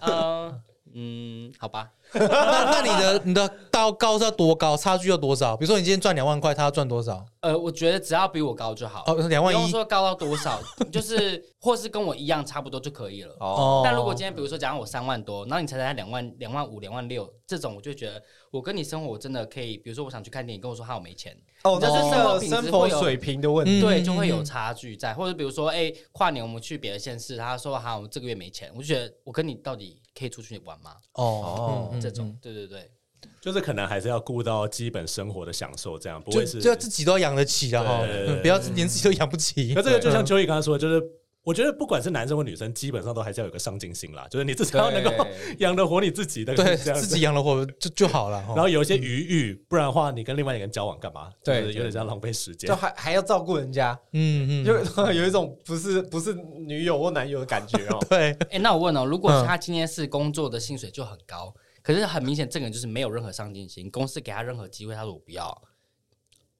Speaker 5: 嗯嗯，好吧，
Speaker 3: (laughs) 那那你的你的到高是要多高？差距要多少？比如说你今天赚两万块，他要赚多少？
Speaker 5: 呃，我觉得只要比我高就好，
Speaker 3: 哦，两
Speaker 5: 不
Speaker 3: 万
Speaker 5: 用
Speaker 3: 一
Speaker 5: 说高到多少，就是 (laughs) 或是跟我一样差不多就可以了。
Speaker 2: 哦，
Speaker 3: 哦。
Speaker 5: 但如果今天比如说假如我三万多，然后你才才两万、两万五、两万六这种，我就觉得我跟你生活我真的可以，比如说我想去看电影，跟我说哈我没钱，
Speaker 2: 哦，
Speaker 5: 就是生活
Speaker 2: 这是
Speaker 5: 品
Speaker 2: 生
Speaker 5: 质
Speaker 2: 活
Speaker 5: 会有
Speaker 2: 水平的问题。
Speaker 3: 嗯
Speaker 5: 对，就会有差距在。或者比如说哎、跨年我们去别的县市，他说哈我这个月没钱，我就觉得我跟你到底可以出去玩吗？
Speaker 3: 哦，嗯嗯
Speaker 5: 这种，对对对，
Speaker 4: 就是可能还是要顾到基本生活的享受，这样不
Speaker 3: 就
Speaker 4: 会是
Speaker 3: 就要自己都要养得起啊，哈
Speaker 4: 对对，对
Speaker 3: 不要嗯连自己都养不起
Speaker 4: 那。这个就像秋意刚刚说的，就是我觉得不管是男生或女生，基本上都还是要有个上进心啦，就是你至少要能够养得活你自己的，
Speaker 3: 对
Speaker 4: 这样
Speaker 3: 自
Speaker 4: 子
Speaker 3: 己养了活就就好了。
Speaker 4: 然
Speaker 3: 哈
Speaker 4: 后有一些余裕，不然的话，你跟另外一个人交往干嘛？
Speaker 2: 对
Speaker 4: 就是有点像浪费时间
Speaker 2: 就。还还要照顾人家，
Speaker 3: 嗯嗯，。
Speaker 2: 就有一种不是不是女友或男友的感觉哦
Speaker 3: 对，
Speaker 5: 哎、那我问哦，如
Speaker 3: 嗯
Speaker 5: 果他今天是工作的薪水就很高，可是很明显这个人就是没有任何上进心，公司给他任何机会，他说我不要，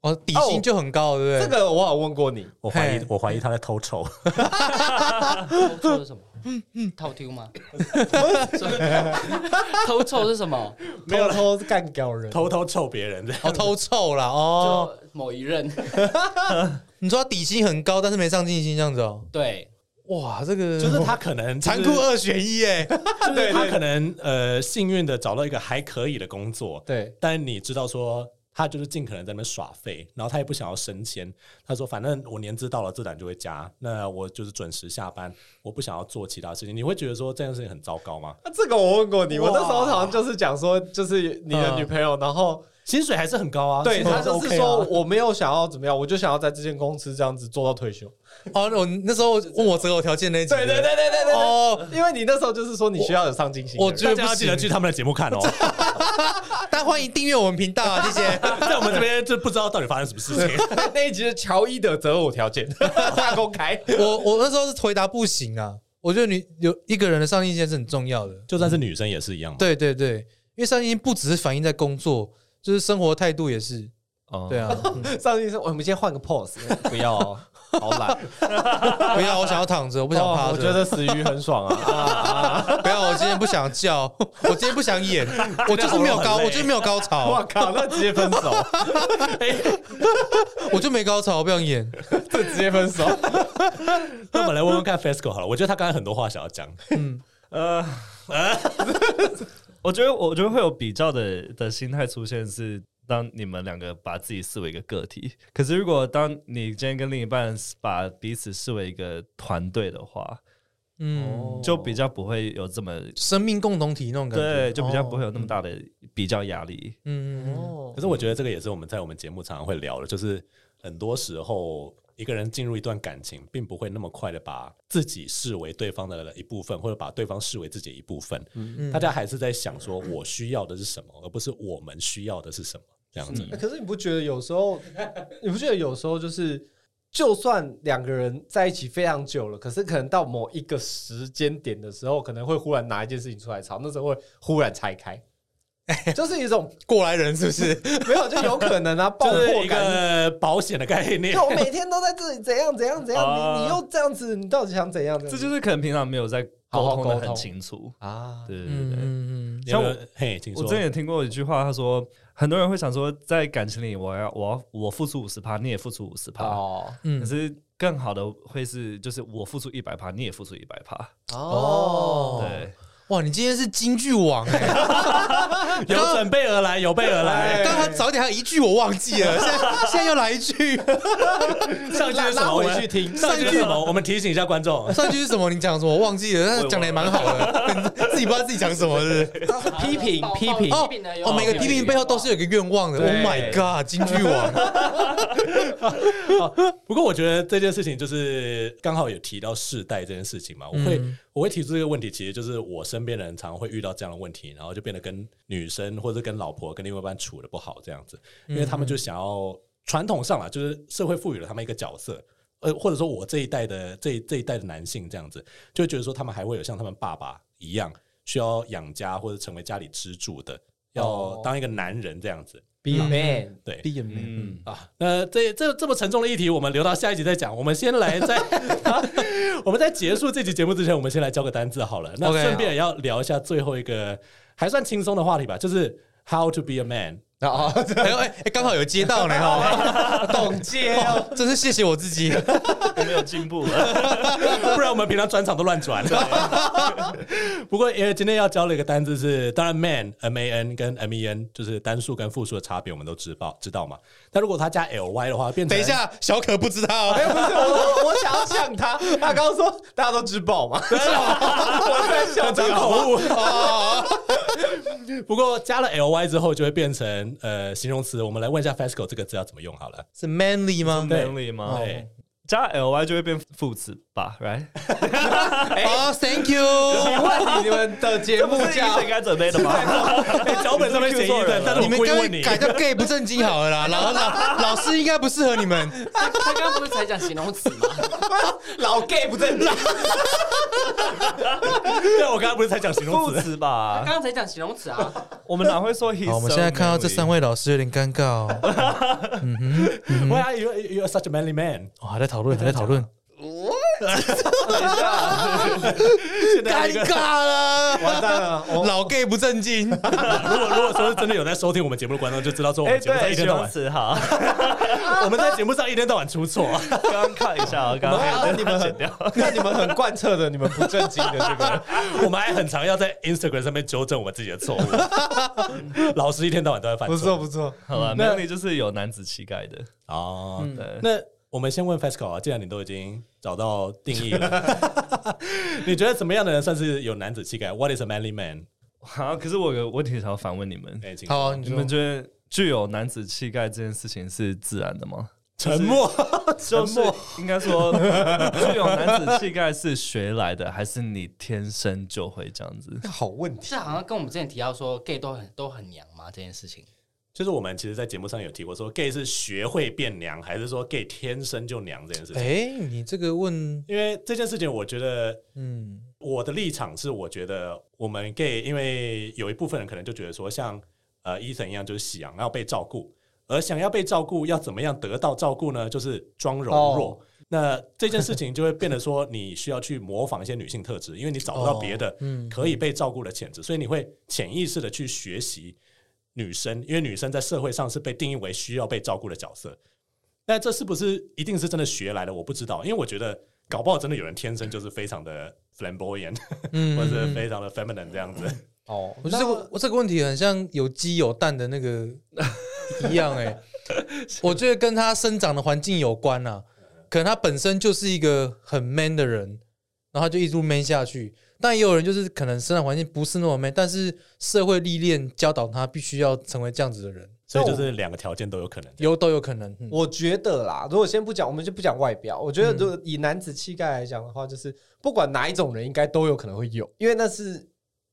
Speaker 3: 哦，底薪就很高，对
Speaker 2: 这
Speaker 3: 不对？
Speaker 2: 个我好像问过你，
Speaker 4: 我怀疑
Speaker 3: 嘿，
Speaker 4: 我怀疑他在偷瞅，
Speaker 5: 偷臭是什么？套丢吗？偷臭是什么？
Speaker 2: 偷偷干掉人，
Speaker 4: (laughs) 偷偷臭别人这样。
Speaker 3: 哦，偷臭啦，哦，
Speaker 5: 就某一任
Speaker 3: 你说他底薪很高，但是没上进心这样子哦，
Speaker 5: 对，
Speaker 3: 哇，这个
Speaker 4: 就是他可
Speaker 3: (laughs)
Speaker 4: 能
Speaker 3: 残酷
Speaker 4: 就是
Speaker 3: 二选一
Speaker 4: (laughs)
Speaker 3: 哎，
Speaker 4: 就是他可能呃幸运的找到一个还可以的工作，
Speaker 2: 对，
Speaker 4: 但你知道说他就是尽可能在那边耍废，然后他也不想要升迁。他说反正我年资到了，自然就会加，那我就是准时下班，我不想要做其他事情。你会觉得说这件事情很糟糕吗？
Speaker 2: 啊这个我问过你，我那时候
Speaker 4: 哇
Speaker 2: 好像就是讲说，就是你的女朋友，然后
Speaker 4: 薪水还是很高啊，
Speaker 2: 对
Speaker 4: 薪水
Speaker 2: 她
Speaker 4: 还
Speaker 2: 就是
Speaker 4: OK 啊
Speaker 2: 说我没有想要怎么样，我就想要在这间公司这样子做到退休。
Speaker 3: 哦，我那时候问我择偶条件那一集，
Speaker 2: 对对对对对对，
Speaker 3: 哦，
Speaker 2: 因为你那时候就是说你需要有上进心的人，
Speaker 3: 我觉
Speaker 4: 大
Speaker 3: 得
Speaker 4: 家
Speaker 3: 不
Speaker 4: 要记得
Speaker 3: 行，
Speaker 4: 去他们的节目看哦，
Speaker 3: 但欢迎订阅我们频道啊，谢谢。
Speaker 4: 在我们这边就不知道到底发生什么事情。
Speaker 2: (laughs) 那那一集是乔伊的择偶条件 (laughs) 大公开，
Speaker 3: 我我那时候是回答不行啊，我觉得你有一个人的上进心是很重要的。
Speaker 4: 就算是女生也是一样嘛。
Speaker 3: 对对对，因为上进心不只是反映在工作，就是生活态度也是。
Speaker 1: 哦
Speaker 3: 对，啊，
Speaker 2: 上进心。我们先换个 pose，不要 (laughs) 哦，好懒，
Speaker 3: 不要，我想要躺着，我不
Speaker 2: 不
Speaker 3: 想趴
Speaker 1: 哦
Speaker 2: 我
Speaker 3: 着。
Speaker 2: 觉得死鱼很爽啊！啊
Speaker 3: 不要，我今天不想叫，我今天不
Speaker 1: (laughs)
Speaker 3: 想演，我就是没有高，我就是没有高
Speaker 2: 我
Speaker 3: 潮，
Speaker 2: 靠，那直接分手，
Speaker 3: 我就没高潮，我不想演。
Speaker 2: 这直接分手。
Speaker 4: (laughs) 那
Speaker 2: (laughs)
Speaker 4: 我们来问问看 FESCO 好了，我觉得他刚才很多话想要讲，
Speaker 1: 呃，我觉得我觉得会有比较的的心态出现是。当你们两个把自己视为一个个体，可是如果当你今天跟另一半把彼此视为一个团队的话，
Speaker 3: 嗯，
Speaker 1: 就比较不会有这么
Speaker 3: 生命共同体那种感
Speaker 1: 哦
Speaker 3: 觉。哦
Speaker 1: 对，就哦比较不会有那么大的比较压力。
Speaker 3: 嗯。嗯，嗯
Speaker 2: 哦
Speaker 4: 可是我觉得这个也是我们在我们节目常常会聊的，就是很多时候一个人进入一段感情，并不会那么快的把自己视为对方的一部分，或者把对方视为自己的一部分。
Speaker 2: 嗯
Speaker 4: 大家还是在想说我需要的是什么，而不是我们需要的是什么这样子。
Speaker 2: 欸 (laughs) 可是你不觉得有时候，你不觉得有时候就是，就算两个人在一起非常久了，可是可能到某一个时间点的时候，可能会忽然拿一件事情出来吵，那时候会忽然拆开，就是一种
Speaker 3: 过来人是不是？
Speaker 2: 没有就有可能啊，爆
Speaker 4: 就是
Speaker 2: 破
Speaker 4: 一
Speaker 2: 感。
Speaker 4: 个保险的概 (laughs) 念
Speaker 2: 就，我每天都在这里怎样怎样怎样，
Speaker 1: 啊
Speaker 2: 你你又这样子，你到底想怎样？
Speaker 1: 这就是可能平常没有在
Speaker 2: 好好
Speaker 1: 沟通的
Speaker 2: 沟通
Speaker 1: 很清楚。
Speaker 2: 啊，
Speaker 1: 对对
Speaker 3: 嗯
Speaker 1: 对。
Speaker 3: 嗯嗯，
Speaker 1: 像
Speaker 4: 像我
Speaker 1: 我
Speaker 4: 嘿，请
Speaker 1: 我
Speaker 4: 说
Speaker 1: 之。前也听过一句话，他说很多人会想说，在感情里我要我要我付出五十趴，你也付出五十趴，
Speaker 2: 哦
Speaker 1: 可
Speaker 3: 嗯，
Speaker 1: 是更好的会是就是我付出一百趴，你也付出一百趴，
Speaker 2: 哦，
Speaker 1: 对，
Speaker 3: 哇，你今天是京剧王哎、
Speaker 1: (laughs)
Speaker 4: 有准备而来，有备而来。
Speaker 2: 哎
Speaker 3: 刚刚早点还有一句我忘记了，现在现在又来一句，
Speaker 4: 上句是什
Speaker 2: 拉
Speaker 4: 么？我
Speaker 2: 回
Speaker 4: 们
Speaker 2: 去听
Speaker 4: 上句是什么？我们提醒一下观众，
Speaker 3: (laughs) 上一句是什么？你讲什么？我忘记了，但是讲的也蛮好的， (laughs) 自己不知道自己讲什么是不是？
Speaker 2: 他是批评
Speaker 5: 抱抱
Speaker 2: 批评
Speaker 5: 抱的有
Speaker 3: 哦，每个批评背后都是有一个愿望的。
Speaker 2: 对
Speaker 3: Oh my god，京剧
Speaker 2: (laughs)
Speaker 3: 王，
Speaker 4: 不过我觉得这件事情就是刚好有提到世代这件事情嘛，我会、我会提出这个问题，其实就是我身边的人常会遇到这样的问题，然后就变得跟女生或者跟老婆跟另外一半处的不好这样子，因为他们就想要传统上啦，就是社会赋予了他们一个角色。呃，或者说我这一代的这一这一代的男性这样子，就会觉得说他们还会有像他们爸爸一样需要养家或者成为家里支柱的，要
Speaker 2: 哦
Speaker 4: 当一个男人这样子。
Speaker 2: ，be a man，
Speaker 4: 对，
Speaker 1: 嗯，
Speaker 4: 啊，那这这这么沉重的议题，我们留到下一集再讲。我们先
Speaker 3: (laughs)
Speaker 4: 来在，我们在结束这期节目之前，我们先来教个单字好了。那
Speaker 3: OK，
Speaker 4: 顺便也要聊一下最后一个还算轻松的话题吧，就是 how to be a man。 (laughs)
Speaker 2: 啊，
Speaker 3: 哎呦哎哎，刚好有接到呢
Speaker 2: (laughs)
Speaker 3: 哈，
Speaker 2: 董接哦，
Speaker 3: 真是谢谢我
Speaker 2: (laughs)
Speaker 3: 自己。
Speaker 1: 我没有进步了。
Speaker 4: 不然我们平常转场都乱转。 (laughs) 不过，因为今天要教的一个单字是，当然 man m a n 跟 m e n 就是单数跟复数的差别，我们都知道知道嘛。但如果他加 l y 的话，变
Speaker 3: 等
Speaker 4: 成
Speaker 3: 一，下，小可不知道哦
Speaker 2: 哎，，不是我，我我想要呛他，他刚刚说大家都知爆嘛，我在笑
Speaker 4: 很
Speaker 2: 这
Speaker 4: 常
Speaker 2: 个好吗
Speaker 4: (laughs) 口误。
Speaker 3: 哦
Speaker 4: 不过加了 l y 之后，就会变成呃形容词。我们来问一下 E fasco 这个字要怎么用好了。
Speaker 3: 是 manly 吗？哦
Speaker 1: manly 吗？
Speaker 4: (laughs) 对，哦
Speaker 1: 加 ly 就会变副词吧，right？
Speaker 4: (laughs)
Speaker 2: 哎
Speaker 3: 哦
Speaker 2: (laughs)
Speaker 3: ，Thank you。
Speaker 2: 请问你们的节目
Speaker 1: 不是
Speaker 2: 叫
Speaker 1: 应该准备的吗？ (laughs)
Speaker 4: 哎脚本上面写一的，啊但是
Speaker 3: (laughs) 你
Speaker 4: 我
Speaker 3: 们
Speaker 4: 故意
Speaker 3: 该
Speaker 4: 问你，
Speaker 3: 改叫 gay 不正经好了啦，
Speaker 2: (laughs)
Speaker 3: 老老老师应该不适合你们。
Speaker 5: 他他刚刚不是才讲形容词吗？ (laughs)
Speaker 2: 老 gay 不正常，
Speaker 4: (laughs) 对啊我刚刚不是才讲形容
Speaker 1: 副
Speaker 4: 词？
Speaker 1: 词
Speaker 5: 他
Speaker 1: 吧，
Speaker 5: 刚刚才讲形容词啊。
Speaker 1: 我们哪会说 he？
Speaker 3: 好，我们现在看到这三
Speaker 1: 位，
Speaker 3: 位老师有点尴尬哦。
Speaker 4: w h y you you are such a manly man？
Speaker 3: 哦，还在讨论，还在讨论，
Speaker 4: (laughs) 现在
Speaker 3: 尴
Speaker 4: 一个
Speaker 3: 尬了。
Speaker 2: 完蛋 (laughs) 了，我
Speaker 3: 老 gay 不正经，
Speaker 4: 如果如果说是真的有在收听我们节目的观众，就知道说我
Speaker 1: 哎，
Speaker 4: 们节目上
Speaker 1: 对，
Speaker 4: 一
Speaker 1: 形
Speaker 4: 天到
Speaker 1: 容
Speaker 4: 晚，
Speaker 1: 词好， (laughs)
Speaker 4: 我们在节目上一天到晚出错。 (laughs)
Speaker 1: 刚刚看一下，我刚
Speaker 2: 我们
Speaker 1: 刚
Speaker 2: 你们
Speaker 1: 剪 (laughs) 掉。
Speaker 2: 那你们很贯彻的，你们不正经的这个，
Speaker 4: 我们还很常要在 Instagram 上面纠正我们自己的错误。老师一天到晚都在犯
Speaker 2: 不错
Speaker 4: 错。
Speaker 2: 不错，
Speaker 1: 好了
Speaker 4: 那
Speaker 1: ，manly 啊就是有男子气概的，
Speaker 4: 哦，
Speaker 1: 对。
Speaker 4: 那我们先问 Fasco 啊，既然你都已经找到定义了，你觉得怎么样的人算是有男子气概？What is a manly man？
Speaker 1: 好，啊可是我有个问题想要反问你们，
Speaker 4: 哎，请说
Speaker 3: 好，你
Speaker 1: 你们
Speaker 3: 们
Speaker 1: 觉得具有男子气概这件事情是自然的吗？
Speaker 4: 沉默。
Speaker 1: 就是应该说，具有男子气概是学来的，还是你天生就会这样子？
Speaker 2: 好问题，
Speaker 5: 这好像跟我们之前提到说 gay 都很都很娘嘛这件事情，
Speaker 4: 就是我们其实，在节目上有提过，说 gay 是学会变娘，还是说 gay 天生就娘这件事情？
Speaker 3: 哎，你这个问，
Speaker 4: 因为这件事情，我觉得
Speaker 3: 嗯，
Speaker 4: 我的立场是，我觉得我们 gay，因为有一部分人可能就觉得说像，呃伊森一样，就是想要被照顾，而想要被照顾，要怎么样得到照顾呢？就是装柔弱。那这件事情就会变得说，你需要去模仿一些女性特质，因为你找不到别的
Speaker 2: (laughs)
Speaker 3: 嗯
Speaker 4: 可以被照顾的潜质，所以你会潜意识的去学习女生，因为女生在社会上是被定义为需要被照顾的角色。那这是不是一定是真的学来的？我不知道，因为我觉得搞不好真的有人天生就是非常的 flamboyant，
Speaker 3: 嗯
Speaker 4: 或者是
Speaker 3: 嗯
Speaker 4: 非常的 feminine 这样子。
Speaker 2: 哦，
Speaker 3: 我觉得这个我这个问题很像有鸡有蛋的
Speaker 2: (laughs)
Speaker 3: 那个一样哎、我觉得跟他生长的环境有关啊，可能他本身就是一个很 man 的人，然后他就一直 man 下去。但也有人就是可能生长环境不是那么 man，但是社会历练教导他必须要成为这样子的人，
Speaker 4: 所以就是两个条件都有可能。
Speaker 3: 有都有可能。嗯
Speaker 2: 我觉得啦，如果先不讲，我们就不讲外表。我觉得，如
Speaker 3: 嗯
Speaker 2: 果以男子气概来讲的话，就是不管哪一种人，应该都有可能会有，因为那是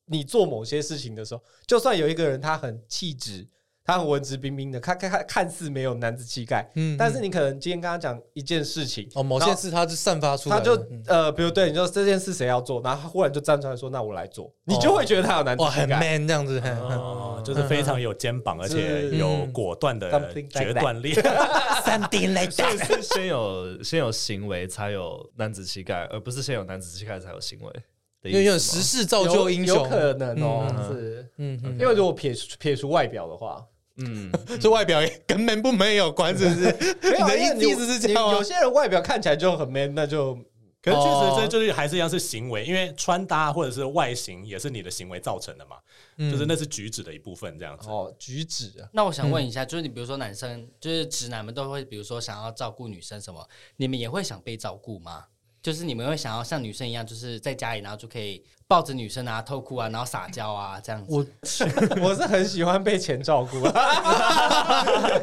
Speaker 2: 你做某些事情的时候，就算有一个人他很气质，他很文质彬彬的，看看看看似没有男子气概，
Speaker 3: 嗯
Speaker 2: 但是
Speaker 3: 嗯
Speaker 2: 你可能今天跟他讲一件事情，
Speaker 3: 哦，某
Speaker 2: 然
Speaker 3: 些
Speaker 2: 后
Speaker 3: 事他就散发出来
Speaker 2: 他
Speaker 3: 了，
Speaker 2: 就
Speaker 3: 嗯
Speaker 2: 呃，比如对你说这件事谁要做，然后他忽然就站出来说，那我来做，你就会觉得他有男子
Speaker 3: 哇
Speaker 2: 气
Speaker 3: 很嗯
Speaker 2: 概。
Speaker 3: man 这样子，嘿
Speaker 2: 嗯
Speaker 3: 嘿
Speaker 4: 哦，就是非常有肩膀，而且有果断的
Speaker 2: 嗯 Something like
Speaker 4: 决
Speaker 2: (laughs)
Speaker 4: 断力。
Speaker 3: ，something like
Speaker 1: 所
Speaker 3: that
Speaker 1: 以是先有先有行为，才有男子气概，而不是先有男子气概才有行为的意
Speaker 3: 因为有
Speaker 1: 思
Speaker 3: 时
Speaker 1: 吗。
Speaker 3: 势造
Speaker 2: 有
Speaker 3: 就英雄，
Speaker 2: 有可能哦，
Speaker 1: 嗯
Speaker 2: 是
Speaker 3: 嗯嗯，
Speaker 2: 因为如果撇除撇除外表的话，
Speaker 3: (laughs)
Speaker 1: 嗯，
Speaker 3: 这外表也跟 man 不 man 有关，是不 (laughs) 是？
Speaker 2: (laughs) 没有，啊
Speaker 3: 你的
Speaker 2: 因为
Speaker 3: 意
Speaker 2: 你
Speaker 3: 意思是这样啊
Speaker 2: 你
Speaker 3: 吗
Speaker 2: 有？些人外表看起来就很 man，那就
Speaker 4: 可是确实，这
Speaker 3: 哦
Speaker 4: 就是还是一样是行为，因为穿搭或者是外形也是你的行为造成的嘛，
Speaker 2: 嗯
Speaker 4: 就是那是举止的一部分这样子。
Speaker 2: 哦举止啊， (laughs)
Speaker 5: 那我想问
Speaker 3: 嗯
Speaker 5: 一下，就是你比如说男生，就是直男们都会，比如说想要照顾女生什么，你们也会想被照顾吗？就是你们会想要像女生一样，就是在家里，然后就可以抱着女生啊、偷哭啊，然后撒娇啊这样子。
Speaker 3: 我
Speaker 2: 我是很喜欢被钱照顾，啊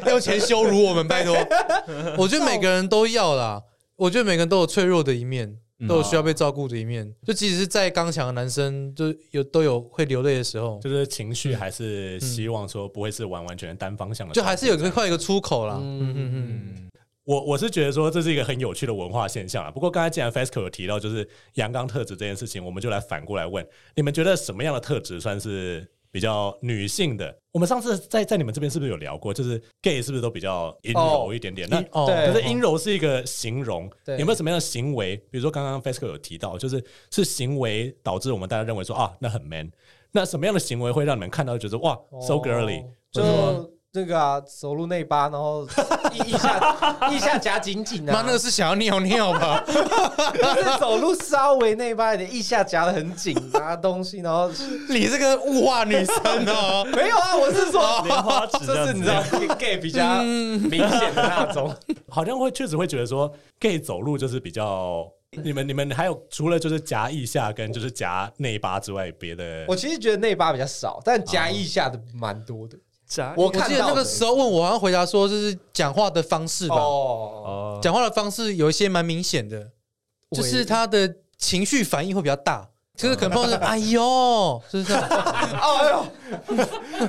Speaker 3: 用钱羞辱我们，拜托！ (laughs) 我觉得每个人都要啦，我觉得每个人都有脆弱的一面，都有需要被照顾的一面。就即使是再刚强的男生，就有都有会流泪的时候，
Speaker 4: 就是情绪还是希望说不会是完完全全单方向的，
Speaker 3: 嗯就还是有个快有个出口啦。嗯嗯嗯，
Speaker 4: 我我是觉得说这是一个很有趣的文化现象啊。不过刚才既然 FESCO 有提到就是阳刚特质这件事情，我们就来反过来问，你们觉得什么样的特质算是比较女性的？我们上次在在你们这边是不是有聊过，就是 gay 是不是都比较阴柔一点点？那
Speaker 3: 哦
Speaker 2: 对
Speaker 4: 可是阴柔是一个形容，
Speaker 2: 对
Speaker 4: 有没有什么样的行为？比如说刚刚 FESCO 有提到，就是是行为导致我们大家认
Speaker 3: 嗯哦
Speaker 4: 为说啊，那很 man。那什么样的行为会让你们看到就觉得哇、s o girly？
Speaker 2: 哦就那个啊，走路内八，然后腋腋下腋下夹紧紧啊，
Speaker 3: 妈，那个是想要尿尿吧？
Speaker 2: (laughs) 就是走路稍微内八一点，腋下夹的很紧，拿东西，然后。
Speaker 3: (laughs) 你这个物化女生哦
Speaker 1: (laughs)
Speaker 2: 没有啊，我是说，
Speaker 1: 莲花指这
Speaker 2: (laughs) 就
Speaker 1: 样
Speaker 2: 是
Speaker 1: 子
Speaker 2: 你知道 gay 比较
Speaker 3: 嗯
Speaker 2: 明显的那
Speaker 3: (laughs)
Speaker 2: 种，
Speaker 4: 好像会确实会觉得说，gay 走路就是比较。你们你们还有除了就是夹腋下跟就是夹内八之外，别的
Speaker 2: 我其实觉得内八比较少，但
Speaker 3: 哦
Speaker 2: 夹腋下的蛮多的。
Speaker 1: 夹
Speaker 3: (laughs) 我
Speaker 2: 看到
Speaker 3: 记得那个
Speaker 2: 的
Speaker 3: 时候问我，好像回答说就是讲话的方式吧，
Speaker 2: 哦，
Speaker 1: 哦，
Speaker 3: 讲话的方式有一些蛮明显的，嗯就是他的情绪反应会比较大，就是可能 (laughs) 碰到是哎呦，就是这
Speaker 2: (laughs)
Speaker 3: 样，
Speaker 2: 哎呦，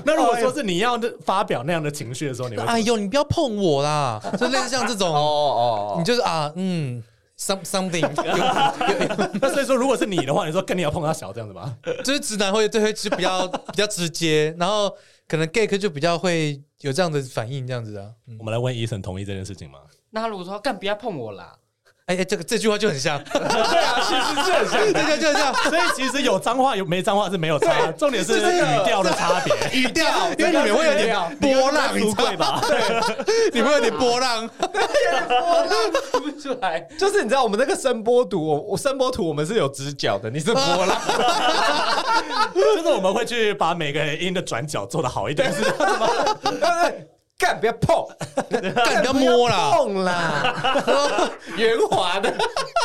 Speaker 4: 那如果说是你要发表那样的情绪的时候，你会
Speaker 3: (laughs) 哎呦，你不要碰我啦，就类似像这
Speaker 2: 哦
Speaker 3: 种，
Speaker 2: 哦，
Speaker 3: 你就是啊，嗯，some (laughs) something，
Speaker 4: 那所以说，如果是你的话，你说跟你要碰他小这样子吧？
Speaker 3: 就是直男会对会就比较比较直接，然后可能 gay 就比较会有这样的反应，这样子啊，嗯
Speaker 4: 我们来问医生同意这件事情吗？
Speaker 5: 那他如果说干不要碰
Speaker 3: (laughs)
Speaker 5: 我啦，
Speaker 3: 哎哎，这个这句话就很像，
Speaker 2: 对啊，其实是很像
Speaker 3: 这句话就 (laughs) 很像。
Speaker 4: 所以其实有脏话有没脏话是没有差，重点是
Speaker 2: 是这个
Speaker 4: 语调的差别。
Speaker 3: 语调，因为你们会有点波浪，你
Speaker 1: 出
Speaker 3: 知道
Speaker 1: 柜吧？
Speaker 3: 你们会有点波浪，
Speaker 5: 出不出来？
Speaker 2: 就是你知道我们那个声波图，我我声波图我们是有直角的，你是波
Speaker 3: (laughs)
Speaker 2: 浪，
Speaker 4: 就是我们会去把每个音的转角做的好一点，是
Speaker 2: 对不对？干不要碰，
Speaker 3: 干你不要摸啦，
Speaker 2: 碰啦，
Speaker 3: (laughs)
Speaker 2: 圆滑的，